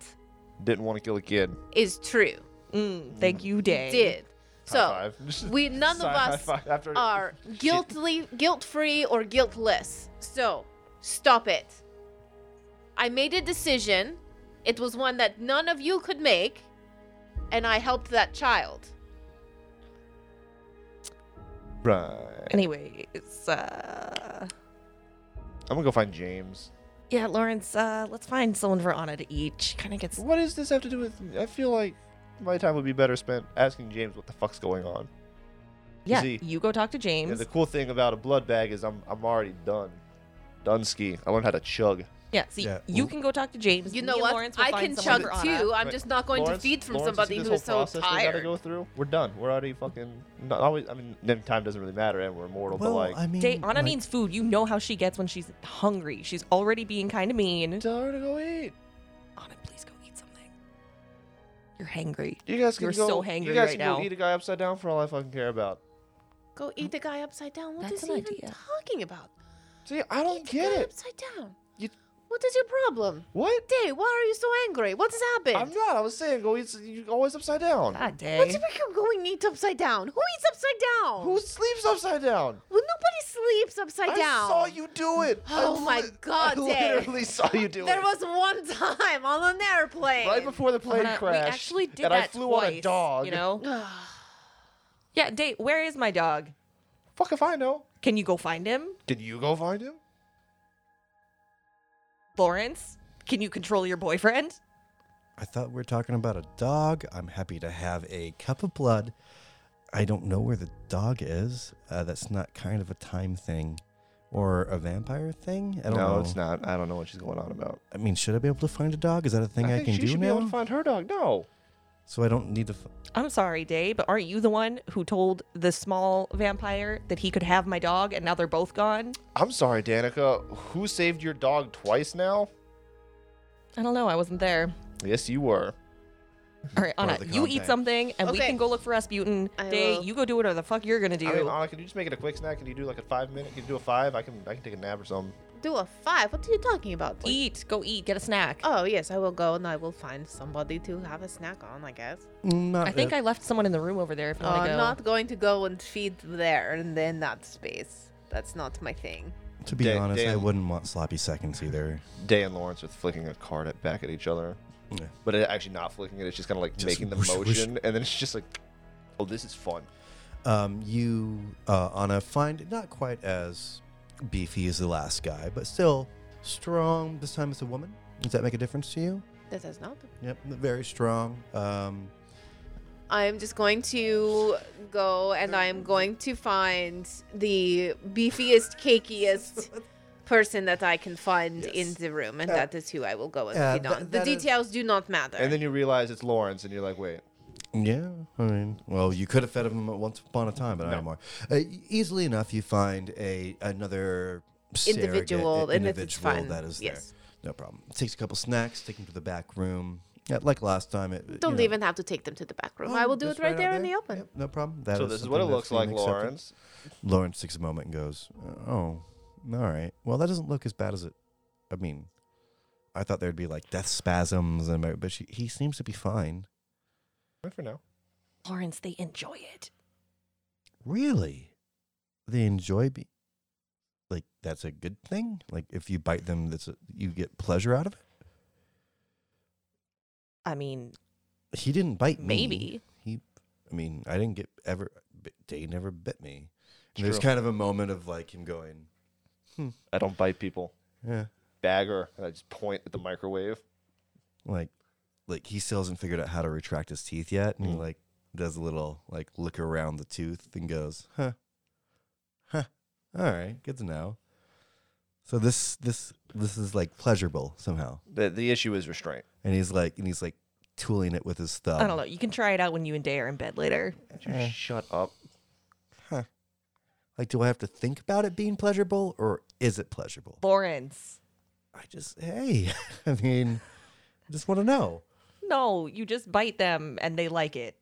S2: didn't want to kill a kid.
S1: is true.
S4: Mm, thank you, Day.
S1: Did. So.
S2: High five.
S1: we none of
S2: Side high
S1: us
S2: five after-
S1: are
S2: Shit.
S1: guiltly guilt-free or guiltless. So, stop it. I made a decision. It was one that none of you could make, and I helped that child.
S2: Right.
S4: Anyways, uh,
S2: I'm gonna go find James.
S4: yeah, Lawrence, uh, let's find someone for Anna to eat. She kind of gets.
S2: What does this have to do with? I feel like my time would be better spent asking James what the fuck's going on.
S4: Yeah,
S2: see-
S4: you go talk to James.
S2: And the cool thing about a blood bag is I'm I'm already done. Done ski. I learned how to chug.
S4: Yeah, see,
S3: Yeah.
S4: you can go talk to James.
S1: You
S4: Me
S1: know
S4: and
S1: what?
S4: Lawrence will
S1: I
S4: find
S1: can
S4: someone
S1: chug
S4: for Anna.
S1: too. I'm
S2: Wait,
S1: just not going
S2: Lawrence-
S1: to feed from
S2: Lawrence, you
S1: somebody
S2: see this
S1: who is
S2: whole
S1: so
S2: process We gotta
S1: tired.
S2: go through. We're done. We're already fucking. Not always. I mean, then time doesn't really matter, and we're immortal.
S3: well,
S2: but like,
S3: I mean,
S4: Day, Anna
S3: like,
S4: needs food. You know how she gets when she's hungry. She's already being kind of mean.
S2: tell her to go eat.
S4: Anna, please go eat something. You're hangry.
S2: You guys can
S4: You're
S2: go.
S4: so
S2: you
S4: hangry
S2: guys
S4: right
S2: can go
S4: now.
S2: eat a guy upside down for all I fucking care about.
S1: Go eat the guy upside down. What is
S4: That's an
S1: he even
S4: idea.
S1: talking about?
S2: See, I don't
S1: Eat the
S2: get
S1: guy
S2: it.
S1: upside down.
S2: You-
S1: What is your problem?
S2: What?
S1: Day, why are you so angry? What has happened?
S2: I'm not. I was saying go eat. s- You always upside down.
S4: God
S1: What's
S4: day.
S1: if you going eat upside down? Who eats upside down?
S2: Who sleeps upside down?
S1: Well, nobody sleeps upside down.
S2: I saw you do it. I
S1: Oh my
S2: lit-
S1: God,
S2: I
S1: Dave.
S2: literally saw you do
S1: There
S2: it.
S1: was one time on an airplane.
S2: right before the plane
S4: Anna, we
S2: crashed.
S4: actually did
S2: and
S4: that
S2: I flew
S4: twice,
S2: on a dog.
S4: You know? yeah, Day, where is my dog?
S2: Fuck if I know.
S4: Can you go find him?
S2: Did you go find him?
S4: Lawrence, can you control your boyfriend?
S3: I thought we were talking about a dog. I'm happy to have a cup of blood. I don't know where the dog is. Uh, that's not kind of a time thing, or a vampire thing. I don't know.
S2: not. I don't know what she's going on about.
S3: I mean, should I be able to find a dog? Is that a thing I,
S2: think
S3: can
S2: she
S3: do
S2: should
S3: now?
S2: be able to find her dog. No.
S3: so I don't need to. F-
S4: I'm sorry, Day, but aren't you the one who told the small vampire that he could have my dog and now they're both gone?
S2: I'm sorry, Danica. Who saved your dog twice now?
S4: I don't know. I wasn't there.
S2: Yes, you were.
S4: All right,
S3: Part
S4: Anna,
S3: of the
S4: you eat
S3: contact.
S4: something and we
S1: Okay.
S4: can go look for Rasputin.
S1: I
S4: Day,
S1: will.
S4: you go do whatever the fuck you're gonna do.
S2: I mean, Anna, can you just make it a quick snack? Can you do like a five minute? Can you do a five? I can. I can take a nap or something.
S1: Do a five. What are you talking about? Like-
S4: eat. Go eat. Get a snack.
S1: Oh yes, I will go and I will find somebody to have a snack on. I guess.
S3: not,
S4: I think
S3: uh,
S4: I left someone in the room over there if you
S1: Uh,
S4: want to
S1: I'm
S4: go.
S1: not going to go and feed there and in that space. That's not my thing.
S3: To be
S2: Da-
S3: honest, I
S2: Dan-
S3: wouldn't want sloppy seconds either.
S2: Day and Lawrence are flicking a card at, back at each other,
S3: Yeah.
S2: but it, actually not flicking it. It's just kind of like
S3: Just
S2: making the
S3: whoosh, whoosh.
S2: motion, and then it's just like, oh, this is fun.
S3: um, you uh, Anna find not quite as beefy as the last guy, but still strong. This time it's a woman. Does that make a difference to you?
S1: That does not.
S3: Yep, very strong. Um,
S1: I'm just going to go and I'm going to find the beefiest, cakiest person that I can find in the room, and that is who I will go and
S3: uh,
S1: feed
S3: tha-
S1: on. The
S3: that is-
S1: details do not matter.
S2: And then you realize it's Lawrence, and you're like, wait,
S3: yeah, I mean, well, you could have fed him once upon a time, but not anymore. Uh, easily enough, you find a another surrogate
S1: Individual,
S3: i-
S1: and if it's
S3: individual
S1: fun,
S3: that is
S1: yes.
S3: there. No problem. Takes a couple snacks, take him to the back room. Yeah, like last time. It,
S1: Don't
S3: you know- Oh,
S1: even have to take them to the back room. I will do
S3: Just
S1: it right
S3: out
S1: there in the open.
S3: Yep, no problem. That
S2: so this is what it
S3: something
S2: looks
S3: that's
S2: like,
S3: being accepted.
S2: Lawrence.
S3: Lawrence takes a moment and goes, "Oh, all right. Well, that doesn't look as bad as it. I mean, I I thought there'd be like death spasms, and everything, but she, he seems to be fine.
S2: for now.
S4: Lawrence, they enjoy it.
S3: Really? They enjoy be like that's a good thing. Like if you bite them, that's a, you get pleasure out of
S4: I mean,
S3: it. He didn't bite me.
S4: maybe.
S3: he. I mean, I didn't get ever. but They never bit me.
S2: True.
S3: And there's kind of a moment of like him going,
S2: I don't bite people.
S3: yeah,
S2: Bagger, and I just point at the microwave.
S3: like, like he still hasn't figured out how to retract his teeth yet, and he
S2: Mm.
S3: like does a little like look around the tooth and goes, huh, huh, all right, good to know. So this this this is like pleasurable somehow.
S2: The the issue is restraint.
S3: and he's like and he's like tooling it with his thumb.
S4: I don't know. You can try it out when you and Day are in bed later.
S2: Would you shut up.
S3: Like, do I have to think about it being pleasurable or is it pleasurable?
S4: Lawrence.
S3: I just hey, I mean, I just want to know.
S4: No, you just bite them and they like it.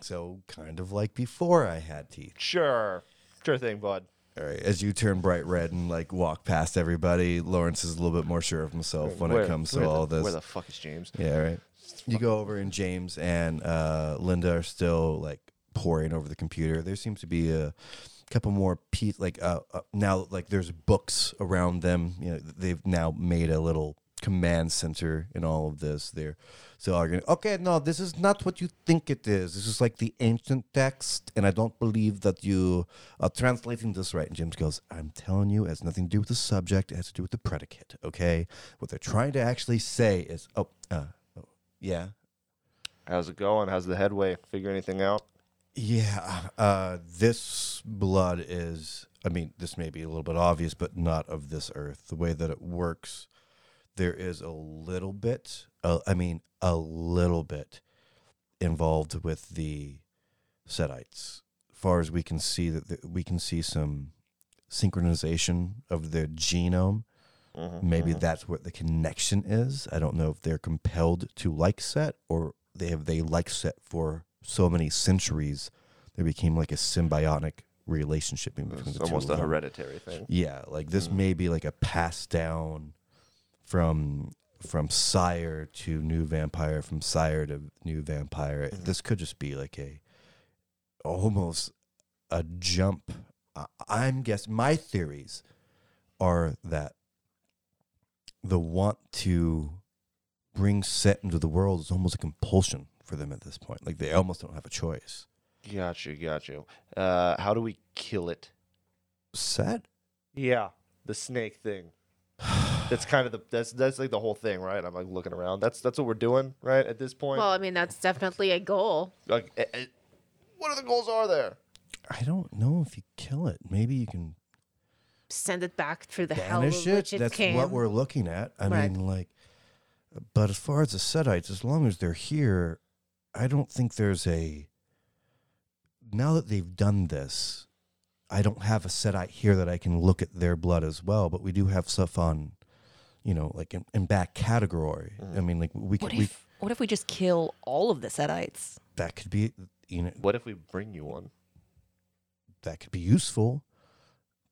S3: So kind of like before I had teeth.
S2: Sure. Sure thing, bud.
S3: All right, as you turn bright red and like walk past everybody, Lawrence is a little bit more sure of himself when
S2: Where-
S3: it comes
S2: where
S3: to
S2: the-
S3: all this.
S2: Where the fuck is James?
S3: yeah, right. You go over and James and uh, Linda are still like poring over the computer. There seems to be a couple more piece like uh, uh, now like there's books around them. You know they've now made a little command center in all of this. They're still arguing. Okay, no, this is not what you think it is. This is like the ancient text, and I don't believe that you are translating this right. And James goes, "I'm telling you, it has nothing to do with the subject. It has to do with the predicate. Okay, what they're trying to actually say is, oh, uh, oh, yeah."
S2: How's it going? How's the headway? Figure anything out?
S3: Yeah, uh, this blood is. I mean, this may be a little bit obvious, but not of this earth. The way that it works, there is a little bit. Uh, I mean, a little bit involved with the Setites. Far as we can see, that that we can see some synchronization of their genome.
S2: Mm-hmm.
S3: Maybe that's what the connection is. I don't know if they're compelled to like set or they have they like set for so many centuries they became like a symbiotic relationship between
S2: Mm-hmm. It's
S3: the
S2: almost
S3: two
S2: a
S3: of them.
S2: hereditary thing.
S3: Yeah, like this may be like a pass down from from sire to new vampire, from sire to new vampire. This could just be like a almost a jump. I, I'm guess my theories are that the want to bring set into the world is almost a compulsion for them at this point. Like they almost don't have a choice.
S2: Gotcha, gotcha. Uh, how do we kill it?
S3: Set
S2: Yeah, the snake thing. That's kind of the that's that's like the whole thing, right? I'm like looking around. That's that's what we're doing, right? At this point,
S1: Well, I mean, that's definitely a goal.
S2: like, eh, eh, what other goals are there?
S3: I don't know if you kill it. Maybe you can
S1: Send it back through the hell
S3: banish
S1: of
S3: it.
S1: which it
S3: That's
S1: came.
S3: what we're looking at. I
S1: Right.
S3: mean, like, but as far as the Setites, as long as they're here, I don't think there's a. Now that they've done this, I don't have a Setite here that I can look at their blood as well. But we do have stuff on, you know, like in, in back category.
S2: Mm-hmm.
S3: I mean, like we
S4: What
S3: could we
S4: if what if we just kill all of the Setites?
S3: that could be you know
S2: What if we bring you one?
S3: that could be useful.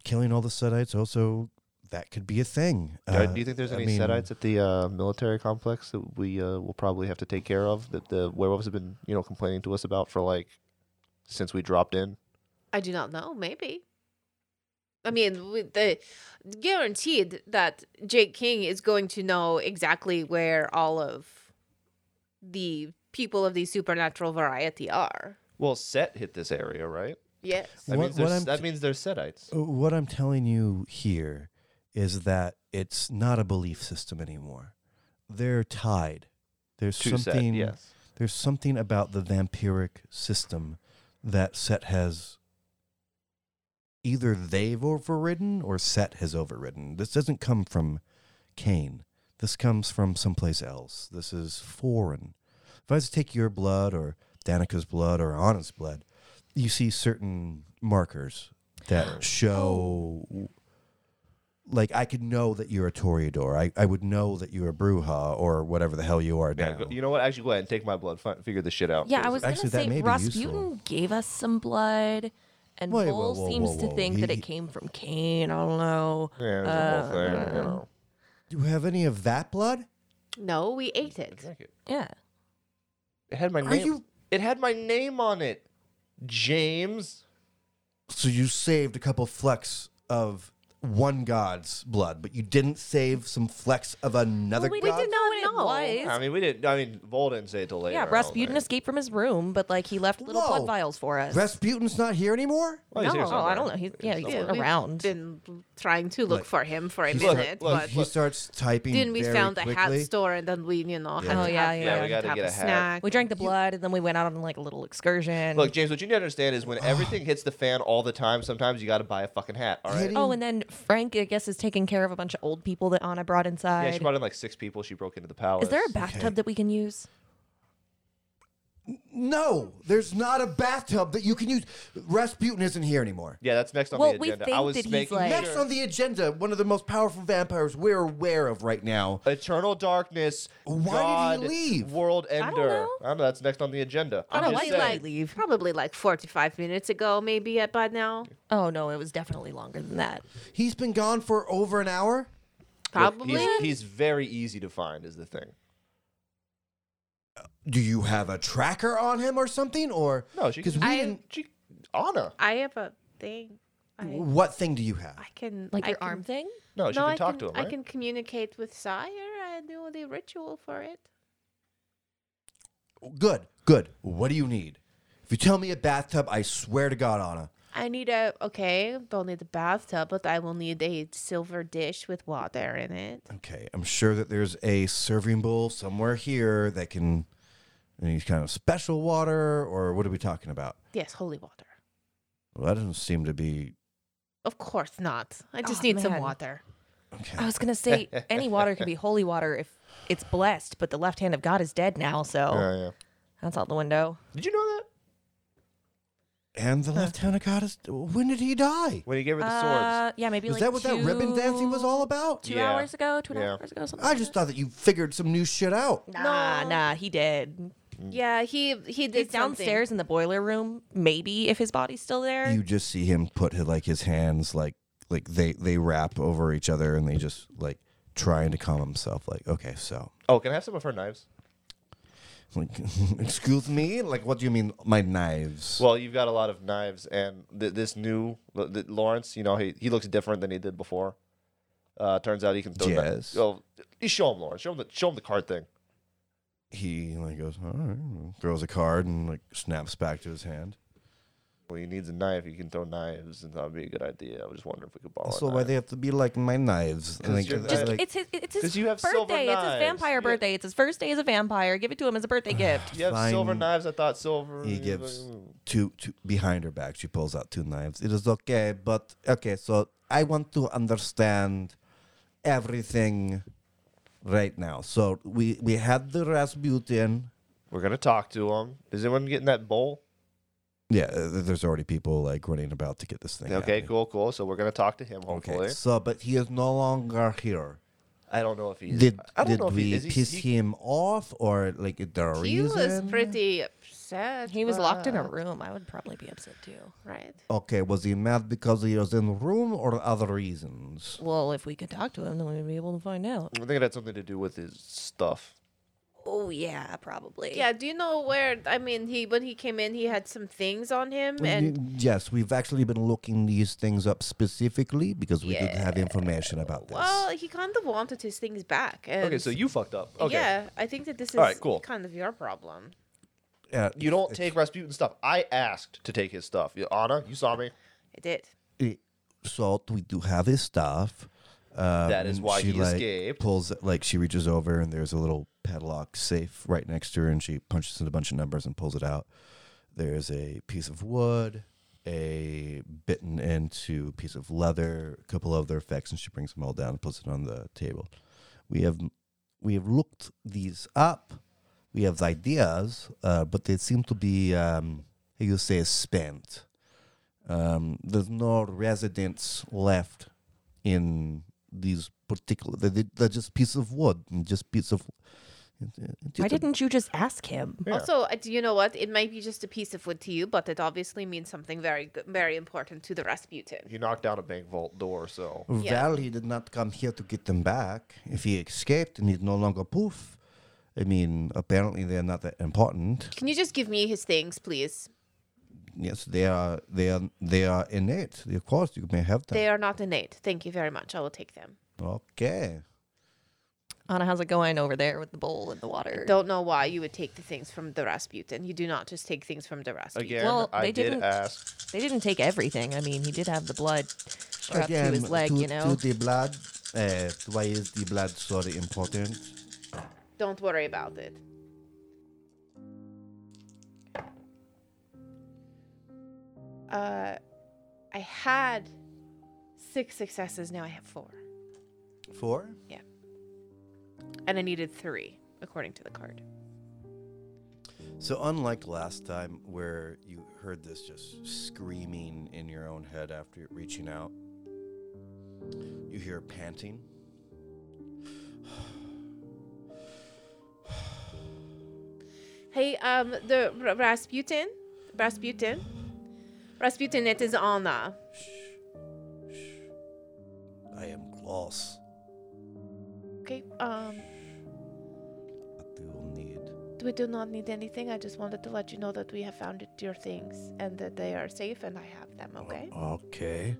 S3: Killing all the Setites also that could be a thing.
S2: Uh,
S3: Uh,
S2: do you think there's
S3: I
S2: any
S3: mean-
S2: Setites at the uh, military complex that we uh, will probably have to take care of that the werewolves have been you know complaining to us about for like since we dropped in?
S1: I do not know. Maybe. I mean, with the guaranteed that Jake King is going to know exactly where all of the people of the supernatural variety are.
S2: Well, Set hit this area, right?
S1: Yes.
S2: That,
S3: What-
S2: means, they're
S3: what
S2: s-
S3: I'm
S2: that
S3: t-
S2: means they're Setites.
S3: Uh, What I'm telling you here is that it's not a belief system anymore. They're tied. There's
S2: To Set,
S3: something.
S2: yes.
S3: There's something about the vampiric system that Set has. Either they've overridden or Set has overridden. This doesn't come from Cain. This comes from someplace else. This is foreign. If I was to take your blood or Danica's blood or Anna's blood, you see certain markers that show
S2: Oh.
S3: like I could know that you're a Toreador. I, I would know that you're a Bruja or whatever the hell you are
S2: Yeah,
S3: now.
S2: go- you know what? Actually, go ahead and take my blood. Fi- figure this shit out.
S5: Yeah, I
S2: Because
S5: was
S3: Actually, that
S5: gonna
S3: may
S5: say
S3: be
S5: Rasputin
S3: useful.
S5: gave us some blood, and
S3: Wait,
S5: Bull
S3: whoa, whoa,
S5: seems
S3: whoa,
S5: to
S3: whoa.
S5: think that
S3: He-
S5: it came from Cain. I don't know.
S4: uh,
S2: Yeah, there's a whole
S5: there, you know.
S3: Do you have any of that blood?
S1: No, we ate it.
S2: Drink it.
S4: Yeah.
S2: It had my
S3: Are
S2: name.
S3: you-
S2: It had my name on it. James.
S3: So you saved a couple flecks of one god's blood, but you didn't save some flecks of another
S4: we
S3: god.
S4: didn't know what it
S1: No.
S4: was.
S2: I mean, we didn't. I mean, Vol didn't say it till later. I
S4: yeah,
S2: don't
S4: Rasputin
S2: think.
S4: escaped from his room, but like he left little
S3: Whoa.
S4: blood vials for us.
S3: Rasputin's not here anymore.
S2: Well, he's
S4: no,
S2: here
S4: oh, I
S2: somewhere.
S4: don't know. He's yeah, he's
S1: Yeah, we've
S4: around.
S1: Been trying to look for him for a
S3: He's-
S2: Look,
S1: minute,
S2: look,
S1: but
S3: he starts typing.
S1: then we
S3: very
S1: found a hat
S3: quickly.
S1: store, and then we, you know, had
S4: Oh,
S1: to
S4: yeah,
S1: have,
S4: yeah,
S1: food,
S4: we
S2: gotta
S1: have
S2: get a hat.
S1: snack.
S4: We drank the blood, and then we went out on like a little excursion.
S2: Look, James, what you need to understand is when everything hits the fan all the time, sometimes you got to buy a fucking hat. All right.
S3: Hitting-
S4: oh, and then Frank, I guess, is taking care of a bunch of old people that Anna brought inside.
S2: Yeah, she brought in like six people. She broke into the palace.
S4: is there a bathtub that we can use?
S3: No, there's not a bathtub that you can use. Rasputin isn't here anymore.
S2: Yeah, that's next on
S4: Well,
S2: the
S4: we
S2: agenda. I
S4: think
S2: was
S4: that he's,
S2: making
S4: like-
S3: Next
S2: sure.
S3: on the agenda, one of the most powerful vampires we're aware of right now.
S2: Eternal darkness.
S3: Why did he
S2: God,
S3: leave?
S2: World ender.
S4: don't know.
S2: I don't know, That's next on the agenda.
S4: I
S2: I'm
S4: don't
S2: just
S4: like
S2: saying.
S4: that. leave.
S1: probably like forty-five minutes ago, maybe at by now.
S4: Oh no, it was definitely longer than that.
S3: He's been gone for over an hour.
S2: Look,
S1: Probably.
S2: he's, he's very easy to find. Is the thing.
S3: Do you have a tracker on him or something? Or
S2: No, she
S3: because we
S1: I-
S3: didn't.
S2: She, Anna.
S1: I have a thing. I,
S3: What thing do you have?
S1: I can
S4: Like
S1: I
S4: your
S1: can-
S4: arm thing?
S2: No, Oh, she
S1: no,
S2: can
S1: I
S2: talk
S1: can,
S2: to him.
S1: I
S2: right?
S1: can communicate with Sire. I do the ritual for it.
S3: Good, good. What do you need? If you tell me a bathtub, I swear to God, Anna.
S1: I need a okay. Don't need a bathtub, but I will need a silver dish with water in it.
S3: Okay, I'm sure that there's a serving bowl somewhere here that can any kind of special water, or what are we talking about?
S1: Yes, holy water.
S3: Well, that doesn't seem to be
S1: Of course not. I just
S4: Oh,
S1: need some
S4: man.
S1: water.
S3: okay.
S4: I was gonna say any water can be holy water if it's blessed, but the left hand of God is dead now, so
S2: Yeah, yeah.
S4: that's out the window.
S2: Did you know that?
S3: And the left hand of God is. When did he die?
S2: When he gave her the swords.
S4: Uh, yeah, maybe
S3: Was
S4: like
S3: that what that ribbon
S4: two-
S3: dancing was all about?
S4: Two
S2: Yeah.
S4: hours ago, two and a half
S2: Yeah.
S4: hours ago, something.
S3: I just thought that you figured some new shit out.
S4: nah,
S1: No.
S4: nah, he did.
S2: Mm.
S1: Yeah, he he did
S4: He's downstairs in the boiler room. Maybe if his body's still there.
S3: You just see him put his, like his hands like like they they wrap over each other and they just like trying to calm himself. Like okay, so
S2: oh, can I have some of her knives?
S3: like excuse me, like what do you mean my knives?
S2: Well, you've got a lot of knives, and th- this new th- th- Lawrence, you know, he, he looks different than he did before. Uh, turns out he can throw. kni-
S3: Yes.
S2: Oh, you show him Lawrence. Show him the show him the card thing.
S3: he like goes all right, and throws a card and like snaps back to his hand.
S2: Well, he needs a knife. He can throw knives, and that would be a good idea. I was just wondering if we could borrow.
S3: Also, why they have to be like my knives? And,
S2: 'Cause
S3: like,
S2: Oh, you're
S3: I-
S4: just,
S2: like-
S4: it's his, it's his
S2: 'Cause you have silver
S4: birthday. It's his
S2: knives.
S4: vampire
S2: Yeah.
S4: birthday. It's his first day as a vampire. Give it to him as a birthday gift.
S2: You have silver
S3: Fine.
S2: knives. I thought silver.
S3: He gives two, two behind her back. She pulls out two knives. It is okay, but okay. So I want to understand everything right now. So we we had the Rasputin.
S2: We're gonna talk to him. Is anyone getting that bowl?
S3: Yeah, uh, there's already people like running about to get this thing.
S2: Okay,
S3: happening.
S2: cool, cool. So we're gonna talk to him. Hopefully,
S3: Okay, so but he is no longer here.
S2: I don't know if he's.
S3: Did
S2: I don't
S3: did
S2: know if
S3: we
S2: he, is he-
S3: piss
S2: he-
S3: him off or like is there a
S1: He
S3: reason?
S1: was pretty upset.
S4: He was locked in a
S1: but-
S4: room. I would probably be upset too.
S1: right.
S3: Okay, was he mad because he was in the room or other reasons?
S4: Well, if we could talk to him, then we'd be able to find out.
S2: I think it had something to do with his stuff.
S4: Oh yeah, probably.
S1: Yeah, do you know where? I mean, he when he came in, he had some things on him, and
S3: Y- yes, we've actually been looking these things up specifically because we didn't have information about this.
S1: well, he kind of wanted his things back. And
S2: Okay, so you fucked up. Okay.
S1: yeah, I think that this is
S2: All right, cool.
S1: kind of your problem.
S3: Yeah,
S2: You don't take Rasputin's stuff. I asked to take his stuff. Yeah, Anna, you saw me.
S1: I did.
S3: it- so we do have his stuff. Um,
S2: That is why
S3: she,
S2: he
S3: like,
S2: escaped.
S3: Pulls like she reaches over and there's a little padlock safe right next to her, and she punches in a bunch of numbers and pulls it out. There's a piece of wood, a bitten into piece of leather, a couple other effects, and she brings them all down and puts it on the table. We have we have looked these up. We have ideas, uh, but they seem to be um, how you say spent. Um, there's no residents left in these particular. They're, they're just piece of wood and just piece of
S4: Why didn't you just ask him?
S2: Yeah.
S1: Also, uh, do you know what? It might be just a piece of wood to you, but it obviously means something very, good, very important to the Rasputin.
S2: He knocked down a bank vault door, so
S1: Yeah.
S3: Valley did not come here to get them back. If he escaped and he's no longer poof, I mean, apparently they're not that important.
S1: Can you just give me his things, please?
S3: Yes, they are. They are. They are innate. Of course, you may have them.
S1: They are not innate. Thank you very much. I will take them.
S3: okay.
S4: Anna, how's it going over there with the bowl and the water?
S1: Don't know why you would take the things from the Rasputin. You do not just take things from the Rasputin.
S2: again,
S4: Well,
S2: I
S4: they
S2: did
S4: didn't-
S2: ask.
S4: They didn't take everything. I mean, he did have the blood strapped
S3: Again,
S4: to his leg,
S3: to-
S4: you know.
S3: To the blood. Uh, why is the blood so important?
S1: Don't worry about it. Uh, I had six successes. Now I have four,
S3: For?
S1: and I needed three according to the card.
S3: So unlike last time, where you heard this just screaming in your own head after reaching out, you hear panting.
S1: Hey, um, the R- Rasputin, Rasputin, Rasputin. It is Anna.
S3: I am Klaus.
S1: Okay. Um,
S3: I will need.
S1: we do not need anything. I just wanted to let you know that we have found your things and that they are safe, and I have them. Okay.
S3: Okay.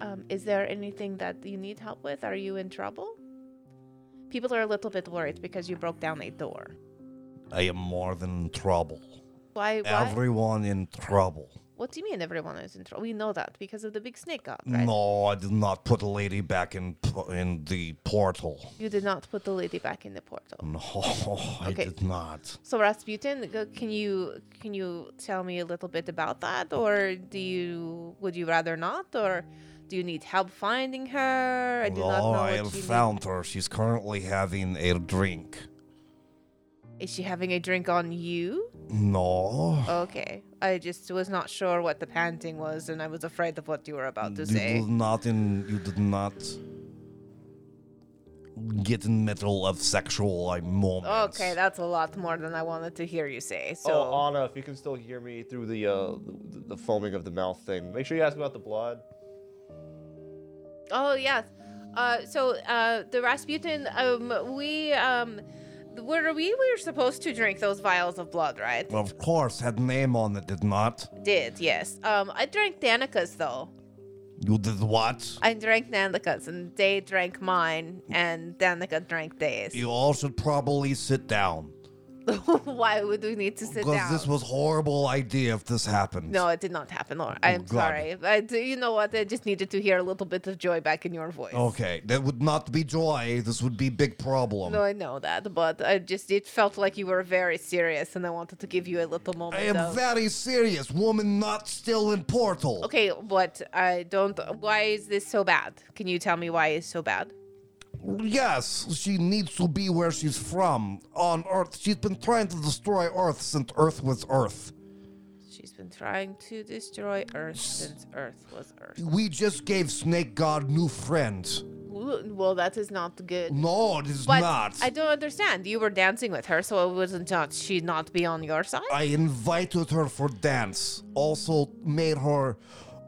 S1: Um, is there anything that you need help with? Are you in trouble? People are a little bit worried because you broke down a door.
S3: I am more than trouble.
S1: Why? why?
S3: Everyone in trouble.
S1: what do you mean everyone is in trouble? We know that because of the big snake god, right?
S3: No, I did not put the lady back in p- in the portal.
S1: You did not put the lady back in the portal.
S3: No, I
S1: Okay.
S3: did not.
S1: So Rasputin, g- can you can you tell me a little bit about that, or do you would you rather not, or do you need help finding her? I do
S3: no,
S1: not know
S3: I
S1: what
S3: have
S1: you
S3: found her. She's currently having a drink.
S1: need. Is she having a drink on you? Oh.
S3: No.
S1: Okay, I just was not sure what the panting was, and I was afraid of what you were about to
S3: you
S1: say.
S3: did not in you did not get in middle of sexual like, moments.
S1: Okay, that's a lot more than I wanted to hear you say. So
S2: Oh, Anna, if you can still hear me through the, uh, the the foaming of the mouth thing, make sure you ask about the blood.
S1: Oh yes. Uh, so uh, the Rasputin, um, we um, were we were supposed to drink those vials of blood, right?
S3: Of course, had name on it, did not.
S1: Did yes. Um, I drank Danica's though.
S3: You did what?
S1: I drank Danica's, and they drank mine, and Danica drank theirs.
S3: You all should probably sit down.
S1: Why would we need to sit
S3: Because
S1: down?
S3: this was horrible idea if this happened.
S1: no, it did not happen. Or I'm
S3: Oh, God.
S1: sorry. I, do- you know what? I just needed to hear a little bit of joy back in your voice.
S3: Okay, that would not be joy. This would be big problem.
S1: No, I know that, but I just it felt like you were very serious, and I wanted to give you a little
S3: I
S1: moment.
S3: am
S1: of...
S3: very serious. Woman not still in portal.
S1: Okay, but I don't. Why is this so bad? Can you tell me why it's so bad?
S3: Yes, she needs to be where she's from. On Earth. She's been trying to destroy Earth since Earth was Earth.
S1: She's been trying to destroy Earth since Earth was Earth.
S3: We just gave Snake God new friends.
S1: Well, that is not good.
S3: No, it is
S1: But
S3: not.
S1: I don't understand. You were dancing with her, so it wasn't not she not be on your side?
S3: I invited her for dance. Also made her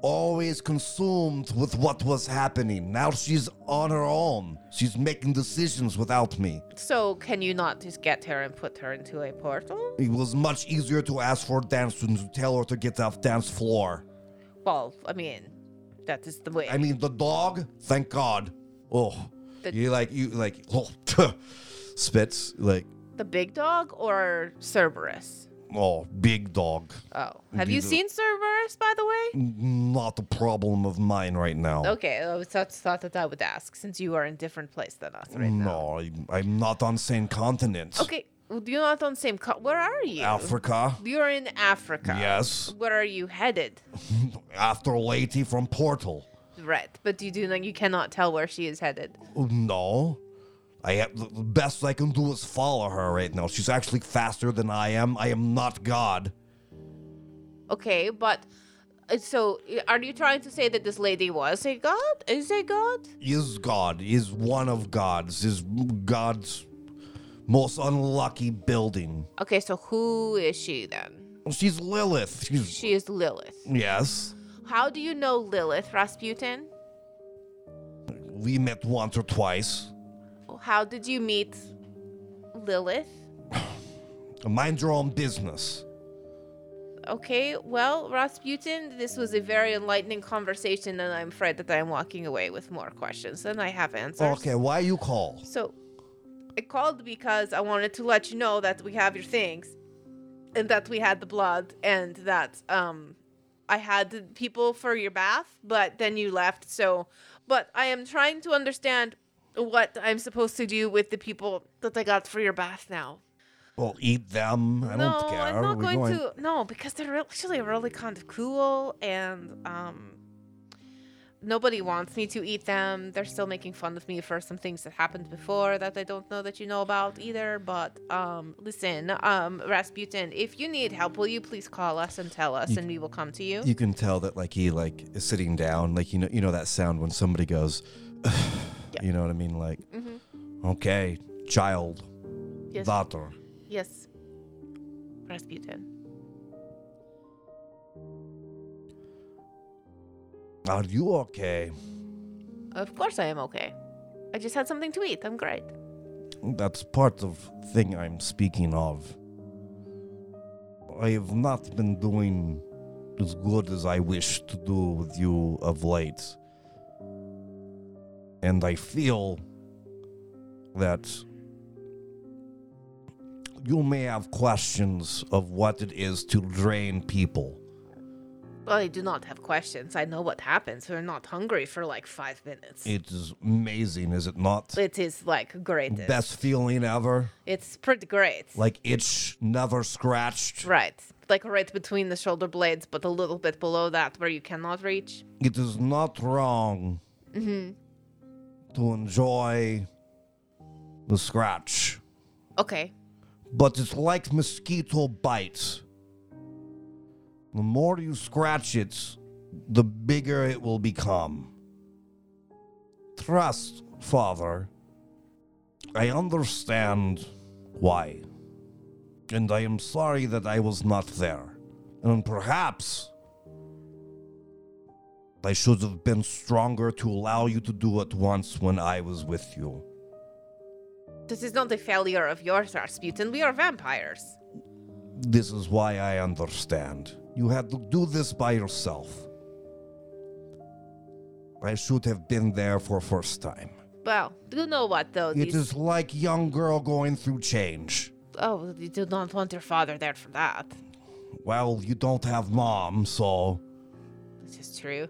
S3: always consumed with what was happening. Now she's on her own. She's making decisions without me.
S1: So can you not just get her and put her into a portal?
S3: It was much easier to ask for dance than to tell her to get off dance floor.
S1: Well, I mean, that is the way.
S3: I mean the dog, thank God. Oh.
S1: The-
S3: you like you like oh spits like
S1: the big dog or Cerberus?
S3: oh big dog.
S1: Oh, have you
S3: Neither.
S1: seen Cerberus by the way?
S3: Mm. Not a problem of mine right now.
S1: Okay, I was thought, thought that I would ask since you are in different place than us right now.
S3: No, I'm, I'm not on same continent.
S1: Okay, well, you're not on the same. Co- Where are you?
S3: Africa.
S1: You're in Africa.
S3: Yes.
S1: Where are you headed?
S3: After Lady from Portal.
S1: Right, but you do know you cannot tell where she is headed.
S3: No. I have, the the best I can do is follow her right now. She's actually faster than I am. I am not God.
S1: Okay, but uh, so uh, are you trying to say that this lady was a god? Is a god?
S3: Is God. Is one of God's. Is God's Most unlucky building.
S1: Okay, so who is she then?
S3: She's Lilith. She's
S1: She is Lilith.
S3: yes.
S1: How do you know Lilith, Rasputin?
S3: We met once or twice.
S1: How did you meet Lilith?
S3: Mind your own business.
S1: Okay, well, Rasputin, this was a very enlightening conversation, and I'm afraid that I'm walking away with more questions than I have answers.
S3: Okay, why you call?
S1: So I called because I wanted to let you know that we have your things and that we had the blood and that um I had the people for your bath, but then you left. So but I am trying to understand what I'm supposed to do with the people that I got for your bath now.
S3: Well, eat them. I
S1: no,
S3: don't care.
S1: I'm not
S3: We're
S1: going, to. No, because they're re- actually really kind of cool, and um, nobody wants me to eat them. They're still making fun of me for some things that happened before that I don't know that you know about either. But um, listen, um, Rasputin, if you need help, will you please call us and tell us,
S3: You-
S1: and we will come to you.
S3: You can tell that like he like is sitting down. Like you know you know that sound when somebody goes. You know what I mean? Like,
S1: Mhm.
S3: okay, child,
S1: yes,
S3: daughter.
S1: yes, Rasputin.
S3: Are you okay?
S1: Of course, I am okay. I just had something to eat. I'm great.
S3: That's part of thing I'm speaking of. I have not been doing as good as I wish to do with you of late. And I feel that you may have questions of what it is to drain people.
S1: Well, I do not have questions. I know what happens. We're not hungry for like five minutes.
S3: It is amazing, is it not?
S1: It is like great.
S3: Best feeling ever.
S1: It's pretty great.
S3: Like itch never scratched.
S1: right. Like right between the shoulder blades, but a little bit below that where you cannot reach.
S3: it is not wrong to enjoy the scratch,
S1: Okay.
S3: but it's like mosquito bites. The more you scratch it, the bigger it will become. Trust, Father. I understand why. And I am sorry that I was not there. And perhaps I should have been stronger to allow you to do it once when I was with you.
S1: This is not a failure of yours, Rasputin. We are vampires.
S3: This is why I understand. You had to do this by yourself. I should have been there for first time.
S1: Well, you know what though?
S3: It
S1: These,
S3: is like young girl going through change.
S1: oh, you do not want your father there for that.
S3: Well, you don't have mom, so
S1: This is true.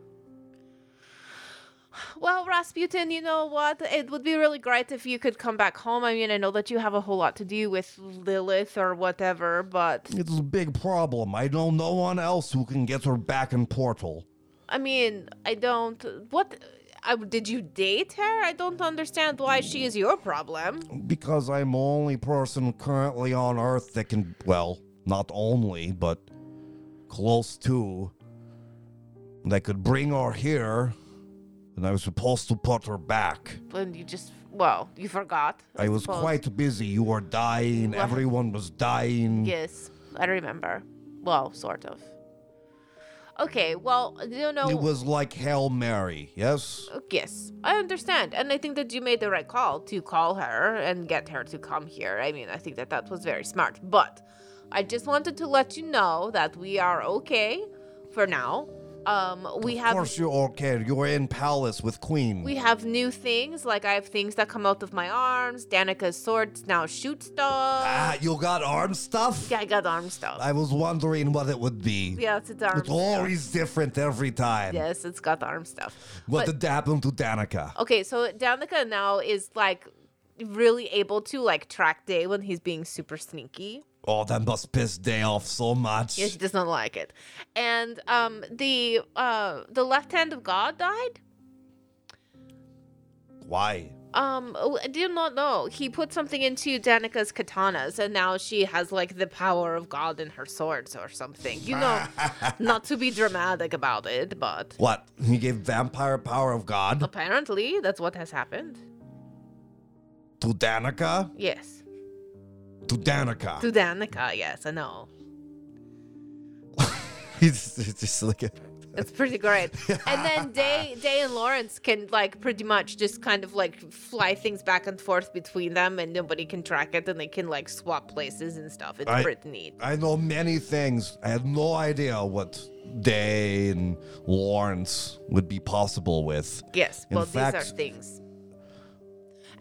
S1: Well, Rasputin, you know what? It would be really great if you could come back home. I mean, I know that you have a whole lot to do with Lilith or whatever, but
S3: it's a big problem. I know no one else who can get her back in portal.
S1: I mean, I don't. What? I, did you date her? I don't understand why she is your problem.
S3: Because I'm the only person currently on Earth that can, well, not only, but close to, that could bring her here. And I was supposed to put her back.
S1: And you just, well, you forgot.
S3: I, was
S1: suppose.
S3: quite busy. You were dying.
S1: What?
S3: Everyone was dying.
S1: Yes, I remember. Well, sort of. Okay, well, you know.
S3: It was like Hail Mary, yes?
S1: Yes, I understand. And I think that you made the right call to call her and get her to come here. I mean, I think that that was very smart. But I just wanted to let you know that we are okay for now. Um, we
S3: Of
S1: have
S3: course you're okay. You were in palace with Queen.
S1: we have new things. Like I have things that come out of my arms. Danica's swords now shoot stuff.
S3: ah, you got arm stuff?
S1: yeah, I got arm stuff.
S3: I was wondering what it would be.
S1: yes, it's arm
S3: It's always different every time.
S1: stuff. Yes, it's got arm stuff.
S3: What
S1: But-
S3: did happen to Danica?
S1: Okay, so Danica now is like really able to like track Day when he's being super sneaky.
S3: Oh, that must piss Day off so much.
S1: Yeah, she does not like it. And um, the uh, the left hand of God died.
S3: Why?
S1: Um, oh, I do not know. He put something into Danica's katanas, and now she has like the power of God in her swords or something. You know, not to be dramatic about it, but
S3: What? He gave vampire power of God
S1: apparently that's what has happened.
S3: to Danica?
S1: Yes.
S3: To Danica.
S1: To Danica, yes, I know.
S3: it's, it's just like a,
S1: It's pretty great. and then Day Day and Lawrence can like pretty much just kind of like fly things back and forth between them and nobody can track it and they can like swap places and stuff. It's
S3: I-
S1: pretty neat.
S3: I know many things. I had no idea what Day and Lawrence would be possible with.
S1: Yes,
S3: In
S1: well, these are
S3: fact-
S1: things.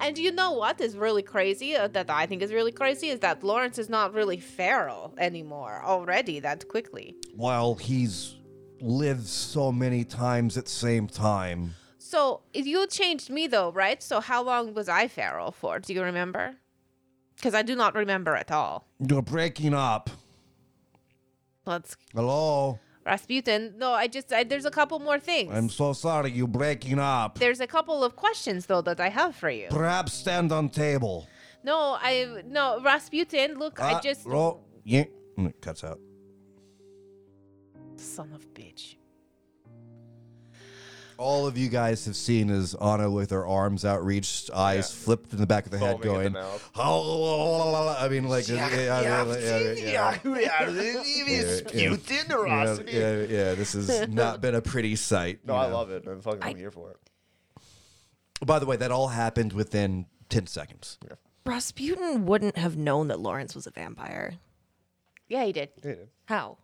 S1: And you know what is really crazy uh, that I think is really crazy is that Lawrence is not really feral anymore already that quickly.
S3: While he's lived so many times at same time.
S1: So if you changed me though, right? So how long was I feral for? Do you remember? Because I do not remember at all.
S3: You're breaking up.
S1: Let's
S3: Hello?
S1: Rasputin. No, I just I, there's a couple more things.
S3: I'm so sorry you're breaking up.
S1: there's a couple of questions though that I have for you.
S3: Perhaps stand on table.
S1: No, I no Rasputin. Look, I
S3: Ah,
S1: just
S3: ro- yeah. And it cuts out.
S1: son of bitch.
S3: All of you guys have seen is Anna with her arms outreached, eyes flipped in the back of the head,
S2: Foaming at
S3: going,
S2: the mouth.
S3: "Oh, I mean, like, yeah, yeah, yeah, yeah, yeah.
S2: Rasputin or
S3: Yeah,
S2: Rasputin?
S3: yeah, yeah, this has not been a pretty sight.
S2: No,
S3: you
S2: I
S3: know.
S2: love it. I'm fucking I'm here for it.
S3: By the way, that all happened within 10 seconds.
S4: Rasputin wouldn't have known that Lawrence was a vampire.
S1: Yeah, he did.
S2: Yeah,
S4: How?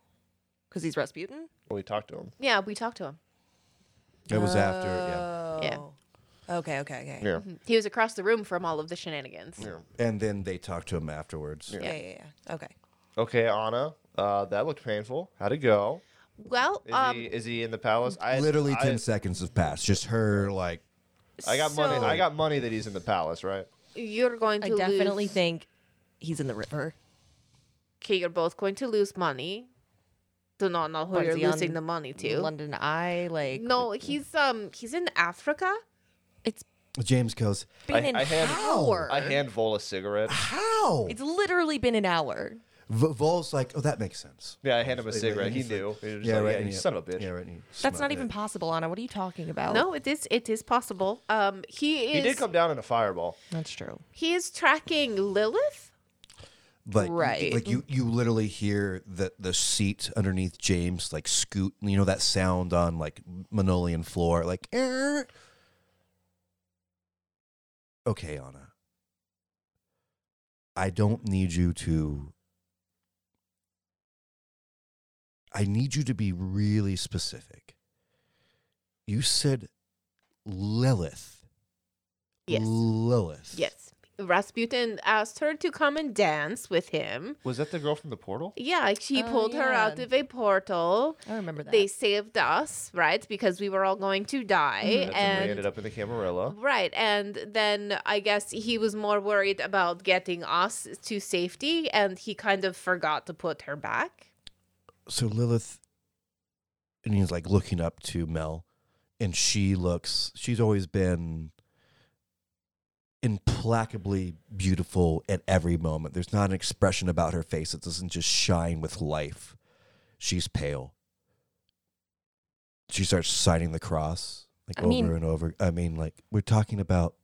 S4: Because he's Rasputin?
S2: we talked to him.
S1: Yeah, we talked to him.
S3: It was after, yeah.
S1: Yeah.
S4: Okay, okay, okay.
S2: Yeah.
S1: He was across the room from all of the shenanigans.
S3: And then they talked to him afterwards.
S4: Yeah, yeah, yeah. Okay.
S2: Okay, Anna. Uh, that looked painful. How'd it go?
S1: Well,
S2: Is,
S1: um,
S2: he, is he in the palace? I
S3: Literally
S2: I,
S3: 10 seconds have passed. Just her, like,
S2: I got money.
S1: So-
S2: I got money that he's in the palace, right?
S1: you're going to
S4: I definitely
S1: lose.
S4: think he's in the river.
S1: Okay, you're both going to lose money. Do not know who
S4: What,
S1: you're
S4: is he
S1: losing
S4: on
S1: the money to.
S4: London Eye, like.
S1: No, he's um he's in Africa.
S4: It's
S3: James goes,
S4: been
S2: I-
S4: an
S2: I had-
S4: hour.
S2: I hand Vol a cigarette.
S3: How?
S4: It's literally been an hour.
S3: V- Vol's like, Oh, that makes sense.
S2: Yeah, I hand him a
S3: He's
S2: cigarette.
S3: like-
S2: He
S3: he's like-
S2: knew. He was just
S3: Yeah,
S2: like,
S3: right.
S2: yeah,
S3: and
S2: you
S3: he-
S2: son of a bitch.
S3: Yeah, right. and he
S4: That's not
S3: smelled
S4: even
S3: it.
S4: possible, Anna. What are you talking about?
S1: No, it is it is possible. Um he is
S2: He did come down in a fireball.
S4: That's true.
S1: he is tracking Lilith.
S3: But right.
S4: Right.
S3: like you, you literally hear the the seat underneath James like scoot. You know that sound on like Manolian floor, like. "Er." Okay, Anna. I don't need you to. I need you to be really specific. You said Lilith.
S1: Yes.
S3: Lilith.
S1: Yes. Rasputin asked her to come and dance with him.
S2: Was that the girl from the portal?
S1: Yeah, she
S4: Oh,
S1: pulled her out
S4: yeah.
S1: of a portal.
S4: I remember that.
S1: They saved us, right? Because we were all going to die.
S2: Mm, That's when we
S1: And
S2: ended up in the Camarilla.
S1: Right. And then I guess he was more worried about getting us to safety and he kind of forgot to put her back.
S3: so Lilith, and he's like looking up to Mel, and she looks, she's always been implacably beautiful at every moment. There's not an expression about her face that doesn't just shine with life. She's pale. She starts signing the cross like
S4: I
S3: over
S4: mean-
S3: and over. I mean, like, we're talking about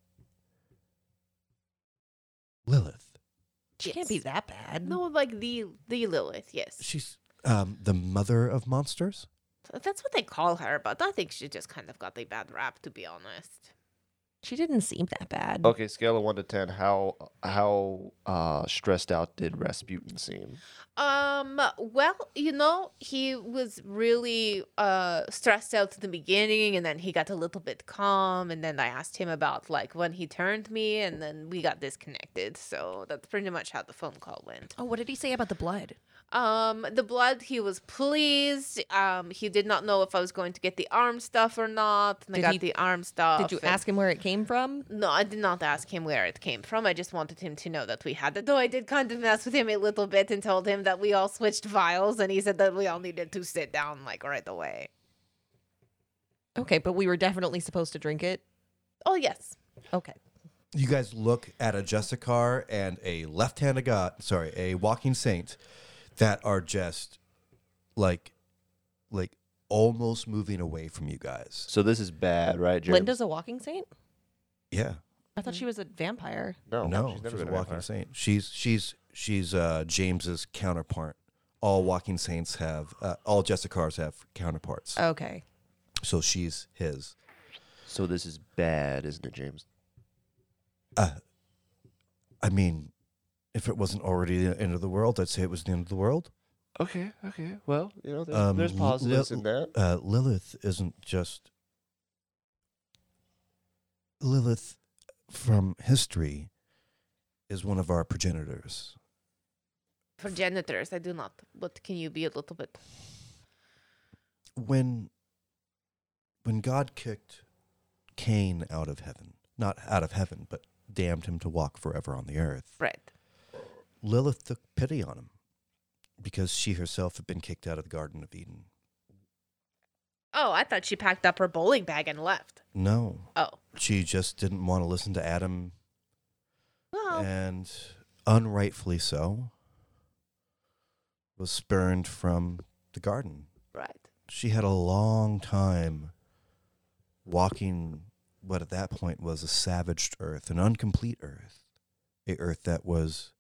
S3: Lilith.
S4: She can't be that bad.
S1: No, like the the Lilith, yes.
S3: She's um, the mother of monsters.
S1: That's what they call her, but I think she just kind of got a bad rap to be honest.
S4: She didn't seem that bad.
S2: Okay, scale of one to ten. How how uh, stressed out did Rasputin seem?
S1: Um, well, you know, he was really uh stressed out to the beginning and then he got a little bit calm and then I asked him about like when he turned me and then we got disconnected. So that's pretty much how the phone call went.
S4: Oh, what did he say about the blood?
S1: Um, the blood, he was pleased. Um, he did not know if I was going to get the arm stuff or not. And
S4: Did
S1: I got
S4: he-
S1: the arm stuff.
S4: Did you
S1: and-
S4: ask him where it came from?
S1: No, I did not ask him where it came from. I just wanted him to know that we had it. Though I did kind of mess with him a little bit and told him that we all switched vials, and he said that we all needed to sit down like right away.
S4: Okay, but we were definitely supposed to drink it.
S1: Oh yes,
S4: Okay.
S3: you guys look at a Jessicar and a left-handed god, sorry, a walking saint that are just like like almost moving away from you guys.
S2: So this is bad, right, James?
S4: Linda's a walking saint?
S3: Yeah.
S4: I thought she was a vampire.
S6: No,
S3: no,
S6: Oh, she's
S3: she's,
S6: never
S3: a
S6: been a
S3: walking
S6: vampire.
S3: saint. She's she's she's uh, James's counterpart. All walking saints have uh, all Jessicars have counterparts.
S4: Okay.
S3: so she's his.
S2: So this is bad, isn't it, James?
S3: I mean, if it wasn't already the end of the world, I'd say it was the end of the world.
S2: Okay, okay. Well, you know, there's,
S3: Um,
S2: there's
S3: Li-
S2: positives in that.
S3: Uh, Lilith isn't just Lilith from history is one of our progenitors.
S1: Progenitors, I do not. But can you be a little bit?
S3: when when God kicked Cain out of heaven, not out of heaven, but damned him to walk forever on the earth,
S1: Right.
S3: Lilith took pity on him because she herself had been kicked out of the Garden of Eden.
S1: Oh, I thought she packed up her bowling bag and left.
S3: No,
S1: Oh.
S3: she just didn't want to listen to Adam,
S1: Well,
S3: and unrightfully so, was spurned from the garden.
S1: right.
S3: she had a long time walking what at that point was a savaged earth, an incomplete earth, a earth that was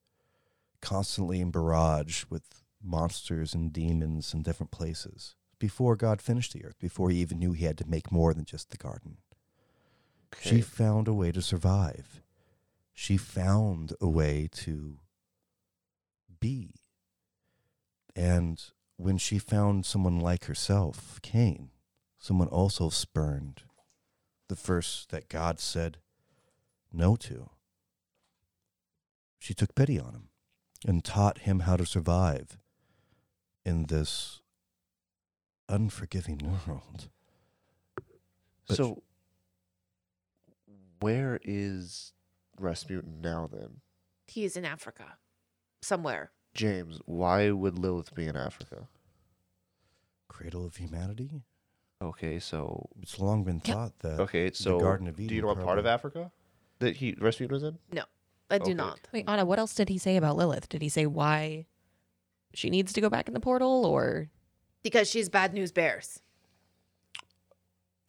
S3: constantly in barrage with monsters and demons in different places before God finished the earth, before he even knew he had to make more than just the garden. She
S2: Okay.
S3: found a way to survive. She found a way to be. And when she found someone like herself, Cain, someone also spurned the first that God said no to, she took pity on him and taught him how to survive in this unforgiving world. But-
S2: so, where is Rasputin now then?
S1: He is in Africa, somewhere.
S2: James, why would Lilith be in Africa?
S3: Cradle of humanity?
S2: Okay, so
S3: It's long been thought that
S2: okay, so
S3: Garden of
S6: Do you
S3: Eden
S6: know what part of
S3: probably-
S6: Africa?
S2: that he Rasputin was in?
S1: I do
S2: Okay.
S1: not.
S4: Wait, Anna, what else did he say about Lilith? Did he say why she needs to go back in the portal or
S1: Because she's bad news bears.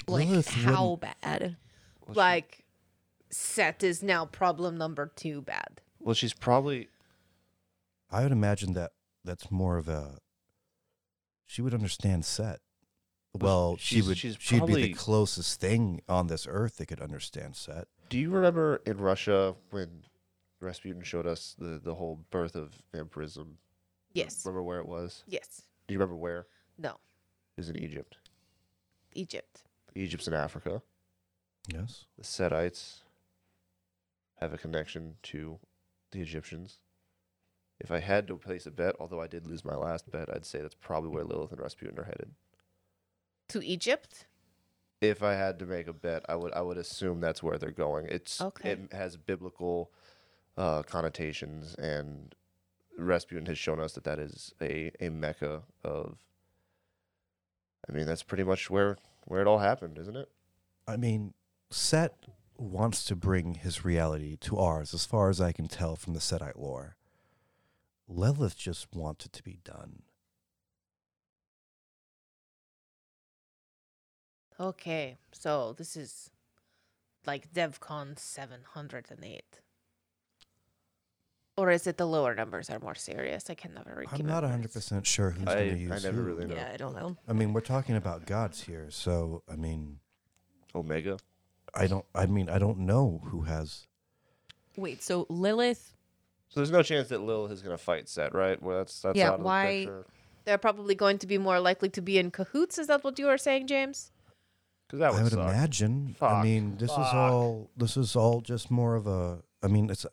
S4: like
S3: Lilith
S4: how bad?
S2: Well, she-
S1: like, Set is now problem number two bad.
S2: well, she's probably
S3: I would imagine that that's more of a. She would understand Set. Well, she
S2: she's-
S3: would.
S2: she's
S3: she'd be
S2: probably-
S3: the closest thing on this earth that could understand Set.
S2: Do you remember in Russia when Rasputin showed us the, the whole birth of vampirism?
S1: Yes.
S2: Remember where it was?
S1: Yes.
S2: Do you remember where?
S1: No.
S2: It was in Egypt.
S1: Egypt.
S2: Egypt's in Africa.
S3: Yes.
S2: The Setites have a connection to the Egyptians. If I had to place a bet, although I did lose my last bet, I'd say that's probably where Lilith and Rasputin are headed.
S1: To Egypt?
S2: If I had to make a bet, I would I would assume that's where they're going. It's
S1: Okay.
S2: it has biblical uh, connotations, and Rasputin has shown us that that is a a mecca of. I mean, that's pretty much where where it all happened, isn't it?
S3: I mean, Set wants to bring his reality to ours, as far as I can tell from the Setite lore. Lilith just wanted to be done.
S1: Okay. So this is like DevCon 708. Or is it the lower numbers are more serious? I can never
S3: I'm
S1: remember.
S3: not 100% sure who's
S2: I-
S3: going
S2: I
S3: to use
S2: never
S3: who.
S2: really know.
S4: Yeah, I don't know.
S3: I mean, we're talking about gods here, so I mean,
S2: Omega.
S3: I don't. I mean, I don't know who has.
S4: Wait, so Lilith
S2: So there's no chance that Lilith is gonna fight Set, right? Well, that's that's
S4: Yeah,
S2: out of the
S4: why-
S2: picture.
S1: They're probably going to be more likely to be in cahoots. Is that what you were saying, James?
S2: 'Cause that would,
S3: I would
S2: suck.
S3: imagine. I
S2: Fuck.
S3: mean, this is
S6: Fuck.
S3: all. This is all just more of a. I mean, it's.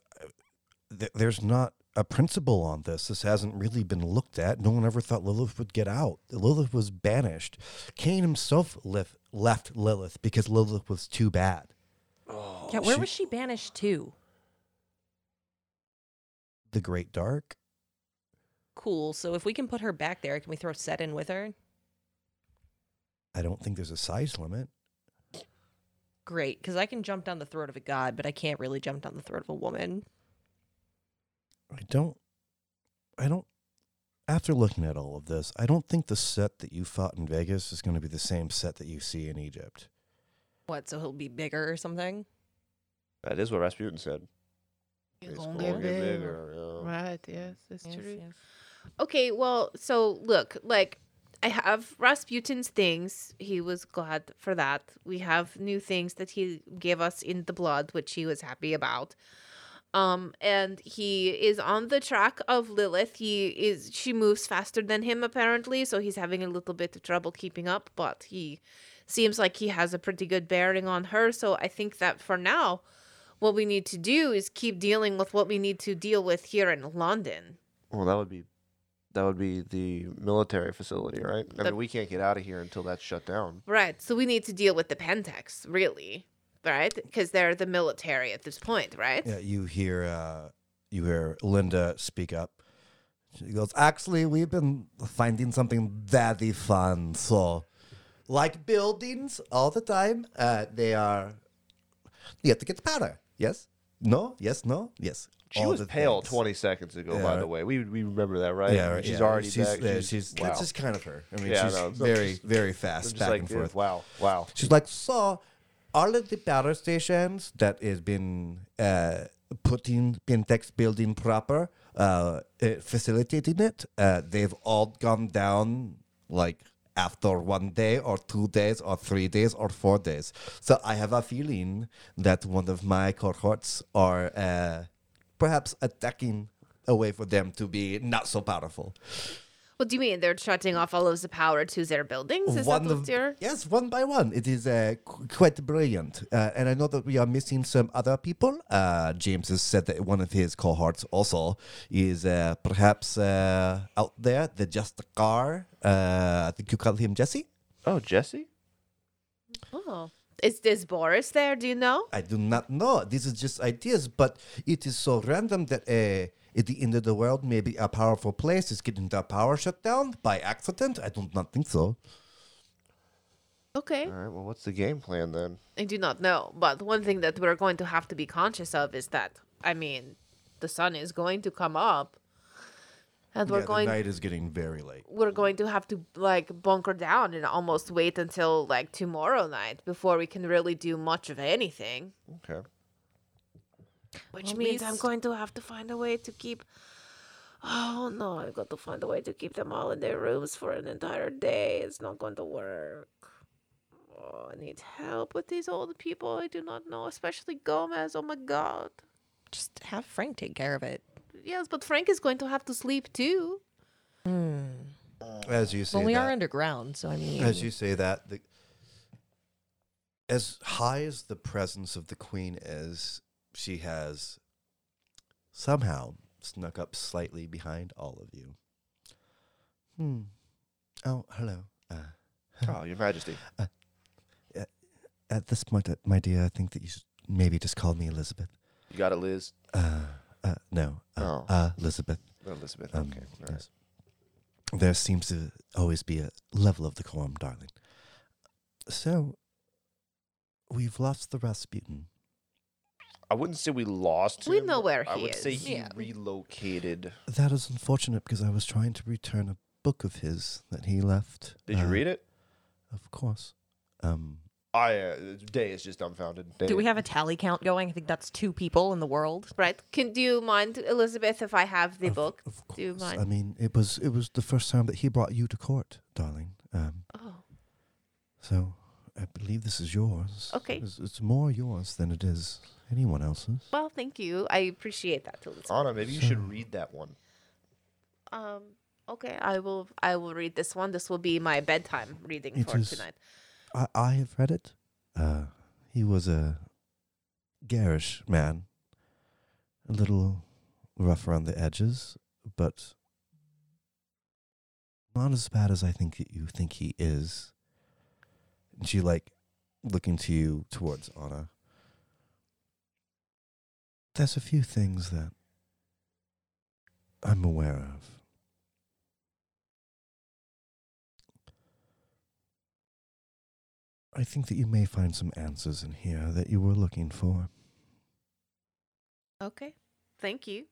S3: Th- there's not a principle on this. This hasn't really been looked at. No one ever thought Lilith would get out. Lilith was banished. Cain himself left left Lilith because Lilith was too bad.
S4: Yeah, where
S3: Oh, she-
S4: was she banished to?
S3: The Great Dark.
S4: Cool. So if we can put her back there, can we throw Set in with her?
S3: I don't think there's a size limit.
S4: Great, because I can jump down the throat of a god, but I can't really jump down the throat of a woman.
S3: I don't. I don't. After looking at all of this, I don't think the set that you fought in Vegas is going to be the same set that you see in Egypt.
S4: What? So he'll be bigger or something?
S5: That is what Rasputin said.
S1: You
S5: It's
S1: gonna
S5: gonna
S1: get
S5: get
S1: bigger.
S5: bigger, yeah.
S1: Right, yes, it's
S4: Yes,
S1: true.
S4: yes.
S1: Okay, well, so look, like I have Rasputin's things. He was glad for that. We have new things that he gave us in the blood, which he was happy about. Um, and he is on the track of Lilith. He is she moves faster than him apparently, so he's having a little bit of trouble keeping up, but he seems like he has a pretty good bearing on her, so I think that for now what we need to do is keep dealing with what we need to deal with here in London.
S5: Well, that would be that would be the military facility, right? I
S1: The-
S5: mean, we can't get out of here until that's shut down.
S1: Right. So we need to deal with the Pentax, really, right? Because they're the military at this point, right?
S3: Yeah, you hear uh, you hear Linda speak up. She goes, "Actually, we've been finding something very fun. So, like buildings all the time, uh, they are you have to get powder. Yes, no, yes, no, yes.
S5: She
S3: All
S5: was
S3: the
S5: pale
S3: things.
S5: twenty seconds ago,
S3: Yeah,
S5: by
S3: right.
S5: the way. We we remember that, right?
S3: Yeah, right,
S5: she's
S3: yeah.
S5: already
S3: she's,
S5: back.
S3: yeah,
S5: she's,
S3: she's-
S5: wow.
S3: that's just kind of her. I mean,
S5: Yeah,
S3: she's
S5: no, it's not
S3: very,
S5: just-
S3: very
S5: I'm
S3: fast
S5: just
S3: back
S5: like,
S3: and
S5: dude,
S3: forth.
S5: Wow, wow.
S3: She's like, so all of the power stations that has been uh, putting Pentex building proper, uh, uh, facilitating it, uh, they've all gone down like after one day or two days or three days or four days. So I have a feeling that one of my cohorts are uh, perhaps attacking a way for them to be not so powerful.
S1: What do you mean? They're shutting off all of the power to their buildings? Is that what you're...
S3: yes, one by one. It is uh, qu- quite brilliant, uh, and I know that we are missing some other people. Uh, James has said that one of his cohorts also is uh, perhaps uh, out there. The just car. Uh, I think you call him Jesse.
S5: Oh, Jesse.
S1: Oh. Is this Boris there? Do you know?
S3: I do not know. This is just ideas, but it is so random that uh, at the end of the world, maybe a powerful place is getting their power shut down by accident. I do not think so.
S1: Okay.
S3: Uh.
S5: All right. Well, what's the game plan then?
S1: I do not know. But one thing that we're going to have to be conscious of is that, I mean, the sun is going to come up. And we're
S3: Yeah,
S1: going
S3: The night is getting very late.
S1: we're going to have to like bunker down and almost wait until like tomorrow night before we can really do much of anything.
S5: Okay.
S1: Which
S4: Well, at
S1: means I'm
S4: least-
S1: going to have to find a way to keep. Oh no, I've got to find a way to keep them all in their rooms for an entire day. It's not going to work. Oh, I need help with these old people. I do not know, especially Gomez. Oh my god.
S4: Just have Frank take care of it.
S1: Yes, but Frank is going to have to sleep too.
S3: Hmm.
S1: Oh.
S3: As you say,
S4: well, we
S3: that.
S4: are underground, so I mean,
S3: As you say that, the, as high as the presence of the queen is, she has somehow snuck up slightly behind all of you. Hmm. Oh, hello. Uh,
S5: Oh, Your Majesty.
S3: at this point, uh, my dear, I think that you should maybe just call me Elizabeth.
S5: You got it, Liz.
S3: Uh, uh, no, uh,
S5: Oh.
S3: uh, Elizabeth.
S5: Elizabeth.
S3: Um,
S5: okay. all right.
S3: yes. There seems to always be a level of decorum, darling. So, we've lost the Rasputin.
S5: I wouldn't say we lost.
S1: We
S5: him.
S1: know where
S5: I
S1: he
S5: would say
S1: is.
S5: he
S4: Yeah.
S5: relocated.
S3: That is unfortunate because I was trying to return a book of his that he left.
S5: Did you
S3: Uh,
S5: read it?
S3: Of course. Um,
S5: I uh, Day is just dumbfounded. Day-
S4: do we have a tally count going? I think that's two people in the world.
S1: Right? Can do you mind, Elizabeth, if I have the
S3: of-
S1: book?
S3: Of course.
S1: Do you mind?
S3: I mean, it was it was the first time that he brought you to court, darling. Um,
S1: Oh.
S3: so I believe this is yours.
S1: Okay.
S3: It's, it's more yours than it is anyone else's.
S1: Well, thank you. I appreciate that, Elizabeth.
S5: Anna, maybe you should read that one.
S3: Oh.
S1: Um. Okay, I will. I will read this one. This will be my bedtime reading
S3: It
S1: for
S3: is-
S1: tonight.
S3: I, I have read it. Uh, he was a garish man, a little rough around the edges, but not as bad as I think that you think he is. And she like looking to you towards Anna. There's a few things that I'm aware of. I think that you may find some answers in here that you were looking for.
S1: Okay, thank you.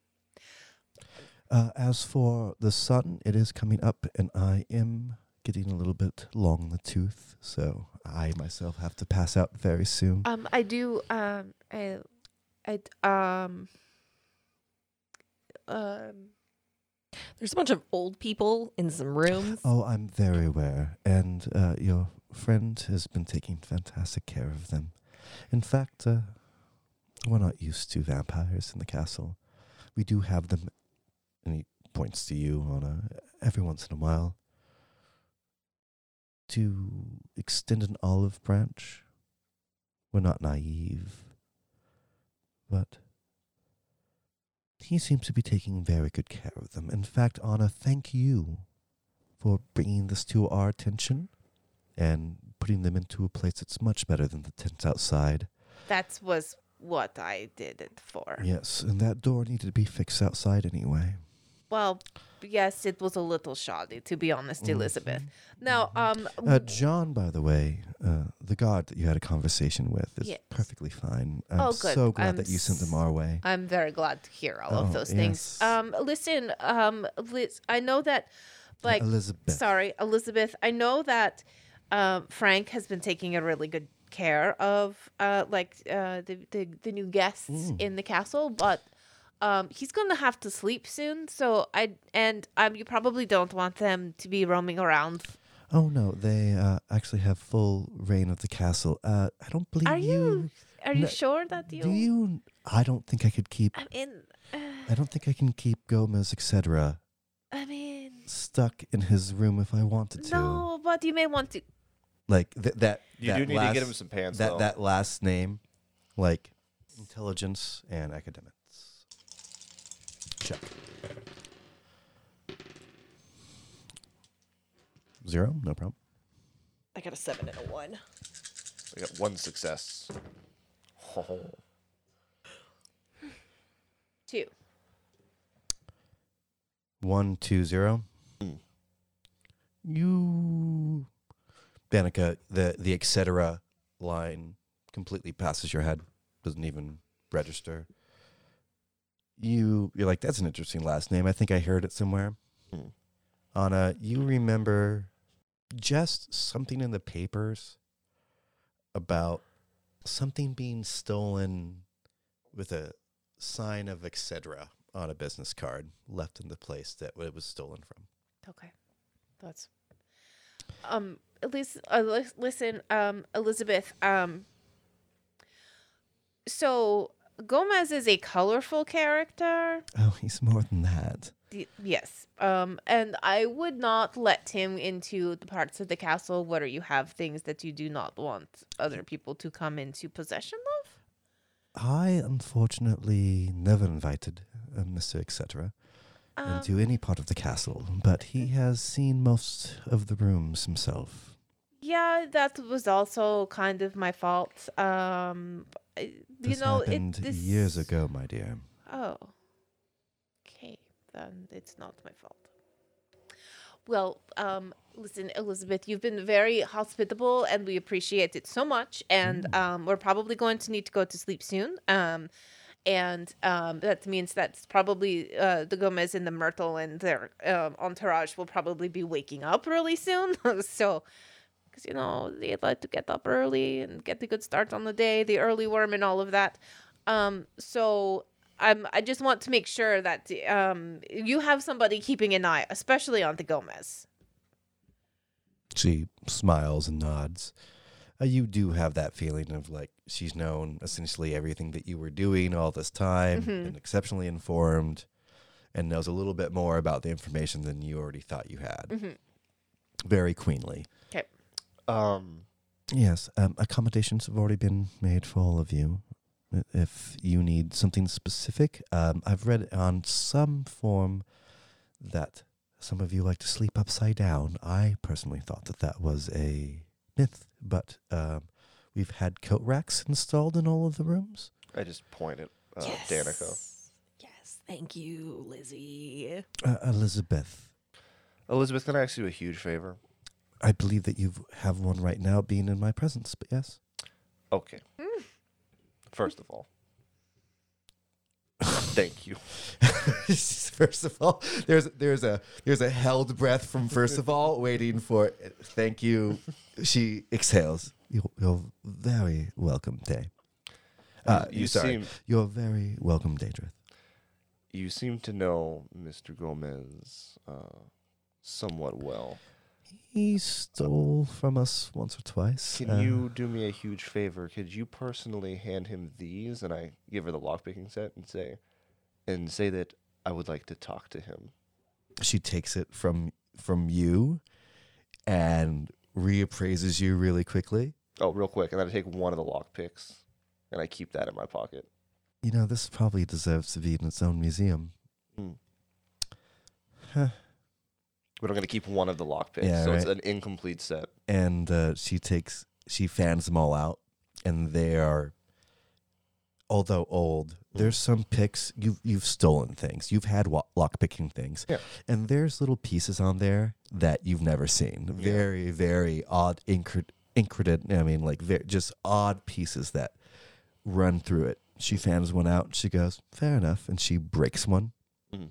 S3: Uh, as for the sun, it is coming up, and I am getting a little bit long in the tooth, so I myself have to pass out very soon.
S1: Um, I do. Um, I, I d- um um
S4: There's a bunch of old people in some rooms.
S3: Oh, I'm very aware, and uh, your friend has been taking fantastic care of them. In fact, uh, we're not used to vampires in the castle. We do have them, and he points to you on a every once in a while. To extend an olive branch, we're not naive, but he seems to be taking very good care of them. In fact, Anna, thank you for bringing this to our attention and putting them into a place that's much better than the tents outside.
S1: that was what I did it for.
S3: Yes, and that door needed to be fixed outside anyway.
S1: Well, yes, it was a little shoddy to be honest, Elizabeth. Now, um
S3: Mm-hmm. Mm. Uh, John, by the way, uh, the guard that you had a conversation with is
S1: Yes.
S3: perfectly fine. I'm
S1: Oh, good.
S3: so glad
S1: I'm
S3: that you sent them our way.
S1: I'm very glad to hear all of
S3: Oh,
S1: those things.
S3: yes.
S1: Um, listen, um, Liz, I know that, like,
S3: Elizabeth.
S1: sorry, Elizabeth, I know that um, Frank has been taking a really good care of, uh, like, uh, the, the the new guests
S3: Mm.
S1: in the castle, but. Um, he's gonna have to sleep soon, so I and um, you probably don't want them to be roaming around.
S3: Oh no, they uh, actually have full reign of the castle. Uh, I don't believe
S1: Are you? Are you
S3: No,
S1: sure that you?
S3: Do you? I don't think I could keep.
S1: I mean,
S3: I don't think I can keep Gomez, etc.,
S1: I mean,
S3: stuck in his room if I wanted to.
S1: no, but you may want to
S3: like th- that.
S5: You
S3: that
S5: do need to
S3: last-
S5: get him some pants,
S3: That
S5: though.
S3: that last name, like intelligence and academics. Check. Zero, no problem.
S4: I got a seven and a one.
S5: I got one success.
S1: too.
S3: One, two, zero. You, Danica, the the etc. line completely passes your head. Doesn't even register. You you're like that's an interesting last name. I think I heard it somewhere.
S5: Mm.
S3: Anna, you remember just something in the papers about something being stolen with a sign of etc. on a business card left in the place that it was stolen from.
S1: Okay, that's um. Listen, uh, lis- listen, um, Elizabeth. Um. So Gomez is a colorful character.
S3: Oh, he's more than that.
S1: Y- Yes. Um, and I would not let him into the parts of the castle where you have things that you do not want other people to come into possession of.
S3: I unfortunately never invited uh, Mr. Etc.
S1: Um.
S3: into any part of the castle, but he has seen most of the rooms himself.
S1: Yeah, that was also kind of my fault. Um, I- you
S3: This
S1: know,
S3: happened
S1: it this,
S3: years ago, my dear.
S1: Oh. Okay, then it's not my fault. Well, um, listen, Elizabeth, you've been very hospitable and we appreciate it so much. And um, we're probably going to need to go to sleep soon. Um, and um, that means that's probably uh, the Gomez and the Myrtle and their um, entourage will probably be waking up really soon. so, because, you know, they like to get up early and get the good start on the day, the early worm and all of that. Um, so um, I just want to make sure that um, you have somebody keeping an eye, especially on the Gomez.
S3: She smiles and nods. Uh, you do have that feeling of like she's known essentially everything that you were doing all this time, and exceptionally informed, and knows a little bit more about the information than you already thought you had. Very queenly.
S1: Okay.
S5: Um,
S3: Yes, um, accommodations have already been made for all of you. I- If you need something specific, um, I've read on some form that some of you like to sleep upside down. I personally thought that that was a myth, but um, we've had coat racks installed in all of the rooms.
S5: I just point at
S3: Oh,
S5: uh, Danica.
S4: Yes. Thank you, Lizzie.
S3: Uh, Elizabeth,
S5: Elizabeth, can I ask you a huge favor?
S3: I believe that you have one right now being in my presence, but yes.
S5: Okay. First of all, thank you.
S3: first of all, there's there's a there's a held breath from first of all, waiting for thank you. She exhales. You're, you're very welcome, Tay. Uh,
S5: You-
S3: you,
S5: you
S3: sorry.
S5: seem-
S3: You're very welcome, Daedrith.
S5: You seem to know Mr. Gomez uh, somewhat well.
S3: He stole from us once or twice.
S5: Can
S3: uh,
S5: you do me a huge favor? Could you personally hand him these, and I give her the lockpicking set and say, and say that I would like to talk to him.
S3: She takes it from from you, and reappraises you really quickly.
S5: Oh, real quick, and then I take one of the lockpicks, and I keep that in my pocket.
S3: You know this probably deserves to be in its own museum.
S5: Hmm.
S3: Huh.
S5: But I'm gonna keep one of the lockpicks,
S3: Yeah,
S5: so it's
S3: right.
S5: an incomplete set.
S3: and uh, she takes she fans them all out and they are although old there's some picks you've you've stolen things you've had wa- lock picking things
S5: Yeah.
S3: and there's little pieces on there that you've never seen
S5: Yeah.
S3: very very odd incred incredent i mean like ve- just odd pieces that run through it she fans one out she goes fair enough and she breaks one
S5: Mhm.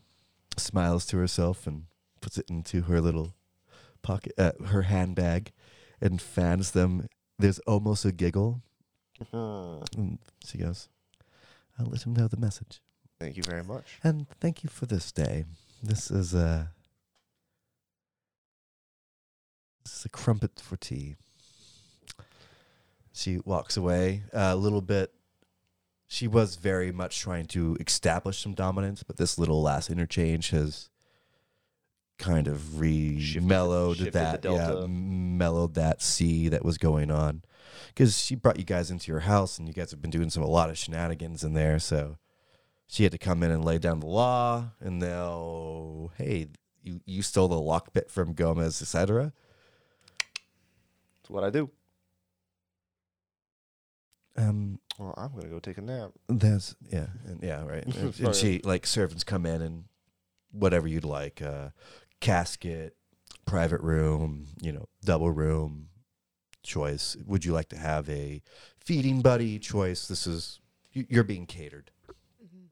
S3: smiles to herself and puts it into her little pocket, uh, her handbag, and fans them. There's almost a giggle, and she goes, "I'll let him know the message."
S5: Thank you very much.
S3: And thank you for this day. This is uh, a this is a crumpet for tea. She walks away uh, a little bit. She was very much trying to establish some dominance, but this little last interchange has kind of re
S5: Shifted-
S3: mellowed
S5: shifted the
S3: that, yeah,
S5: delta.
S3: m- mellowed that sea that was going on. Because she brought you guys into your house, and you guys have been doing some a lot of shenanigans in there, so she had to come in and lay down the law and they'll hey you, you stole the lock bit from gomez etc
S5: That's what I do.
S3: um
S5: Well, I'm gonna go take a nap.
S3: that's yeah and, yeah right and,
S5: Sorry.
S3: and she like servants come in and whatever you'd like uh casket private room you know double room choice would you like to have a feeding buddy choice this is you- you're being catered
S1: Mm-hmm.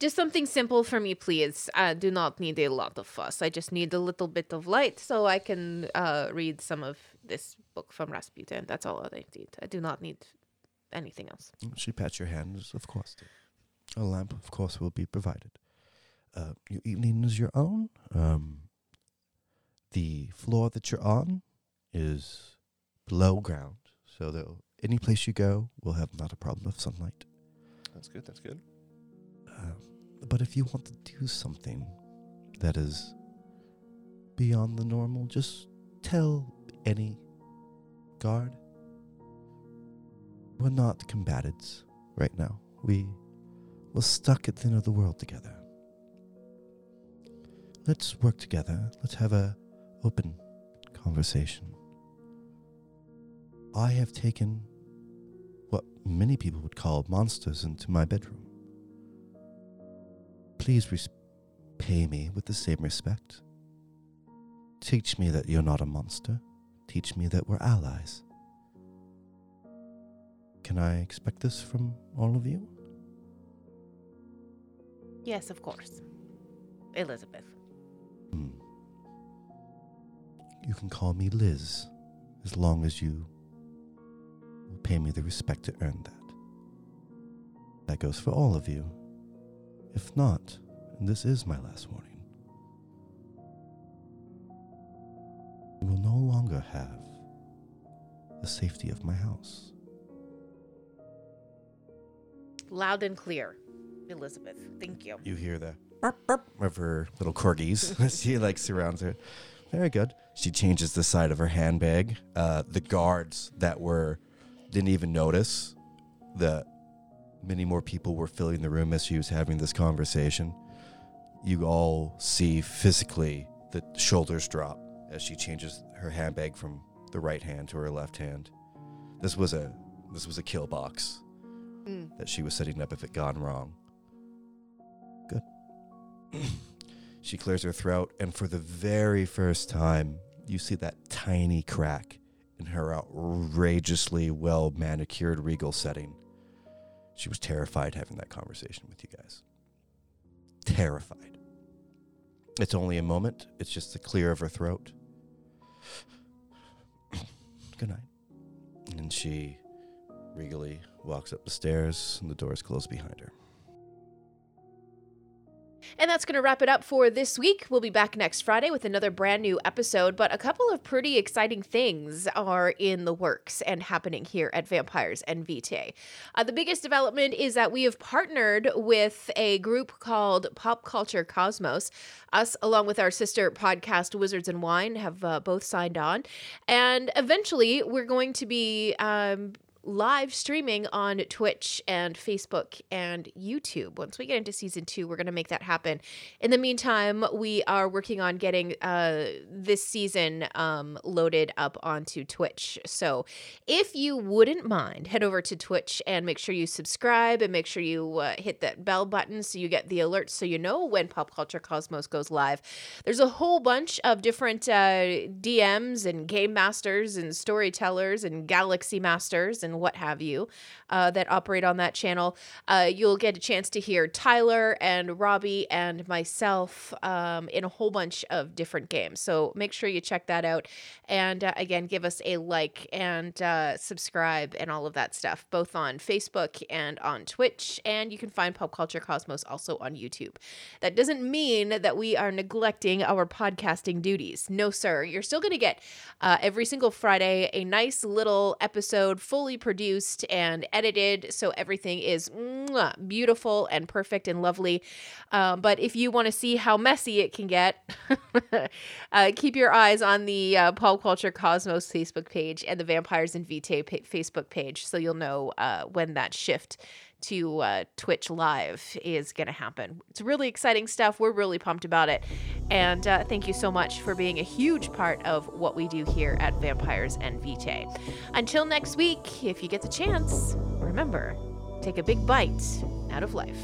S1: Just something simple for me, please. I do not need a lot of fuss. I just need a little bit of light so I can uh, read some of this book from Rasputin. That's all I need. I do not need anything else.
S3: She pats your hands, of course. dear. A lamp, of course, will be provided. Uh, your evening is your own. Um, the floor that you're on is below ground, so that any place you go will have not a problem of sunlight.
S5: That's good. That's good.
S3: Um, but if you want to do something that is beyond the normal, just tell any guard. We're not combatives right now. We we're stuck at the end of the world together. Let's work together. Let's have a open conversation. I have taken what many people would call monsters into my bedroom please res- pay me with the same respect. Teach me that you're not a monster. Teach me that we're allies. Can I expect this from all of you?
S1: Yes, of course. Elizabeth.
S3: Hmm. You can call me Liz as long as you will pay me the respect to earn that. That goes for all of you. If not, and this is my last warning, you will no longer have the safety of my house.
S1: Loud and clear. Elizabeth. Thank you.
S3: You hear the burp, burp of her little corgis. she like surrounds her. Very good. She changes the side of her handbag. Uh, the guards that were didn't even notice that many more people were filling the room as she was having this conversation. You all see physically the shoulders drop as she changes her handbag from the right hand to her left hand. This was a this was a kill box
S1: Mm.
S3: that she was setting up if it gone wrong. Good. she clears her throat, and for the very first time, you see that tiny crack in her outrageously well manicured regal setting. She was terrified having that conversation with you guys. Terrified. It's only a moment, it's just the clear of her throat. Good night. And she regally walks up the stairs, and the doors close behind her.
S1: And that's going to wrap it up for this week. We'll be back next Friday with another brand new episode, but a couple of pretty exciting things are in the works and happening here at Vampires and Vitae. Uh, the biggest development is that we have partnered with a group called Pop Culture Cosmos. Us, along with our sister podcast Wizards and Wine, have uh, both signed on. And eventually, we're going to be. Um, live streaming on Twitch and Facebook and YouTube. Once we get into season two, we're going to make that happen. In the meantime, we are working on getting uh, this season um, loaded up onto Twitch. So if you wouldn't mind, head over to Twitch and make sure you subscribe and make sure you uh, hit that bell button so you get the alerts so you know when Pop Culture Cosmos goes live. There's a whole bunch of different uh, DMs and game masters and storytellers and galaxy masters and what have you uh, that operate on that channel. Uh, you'll get a chance to hear Tyler and Robbie and myself um, in a whole bunch of different games. So make sure you check that out. And uh, again, give us a like and uh, subscribe and all of that stuff, both on Facebook and on Twitch. And you can find Pop Culture Cosmos also on YouTube. That doesn't mean that we are neglecting our podcasting duties. No, sir. You're still going to get uh, every single Friday a nice little episode, fully produced and edited. So everything is mwah, beautiful and perfect and lovely. Um, but if you want to see how messy it can get, uh, keep your eyes on the uh, Paul Culture Cosmos Facebook page and the Vampires and Vitae pa- Facebook page. So you'll know uh, when that shift to uh, Twitch Live is going to happen. It's really exciting stuff. We're really pumped about it. And uh, thank you so much for being a huge part of what we do here at Vampires and Vitae. Until next week, if you get the chance, remember take a big bite out of life.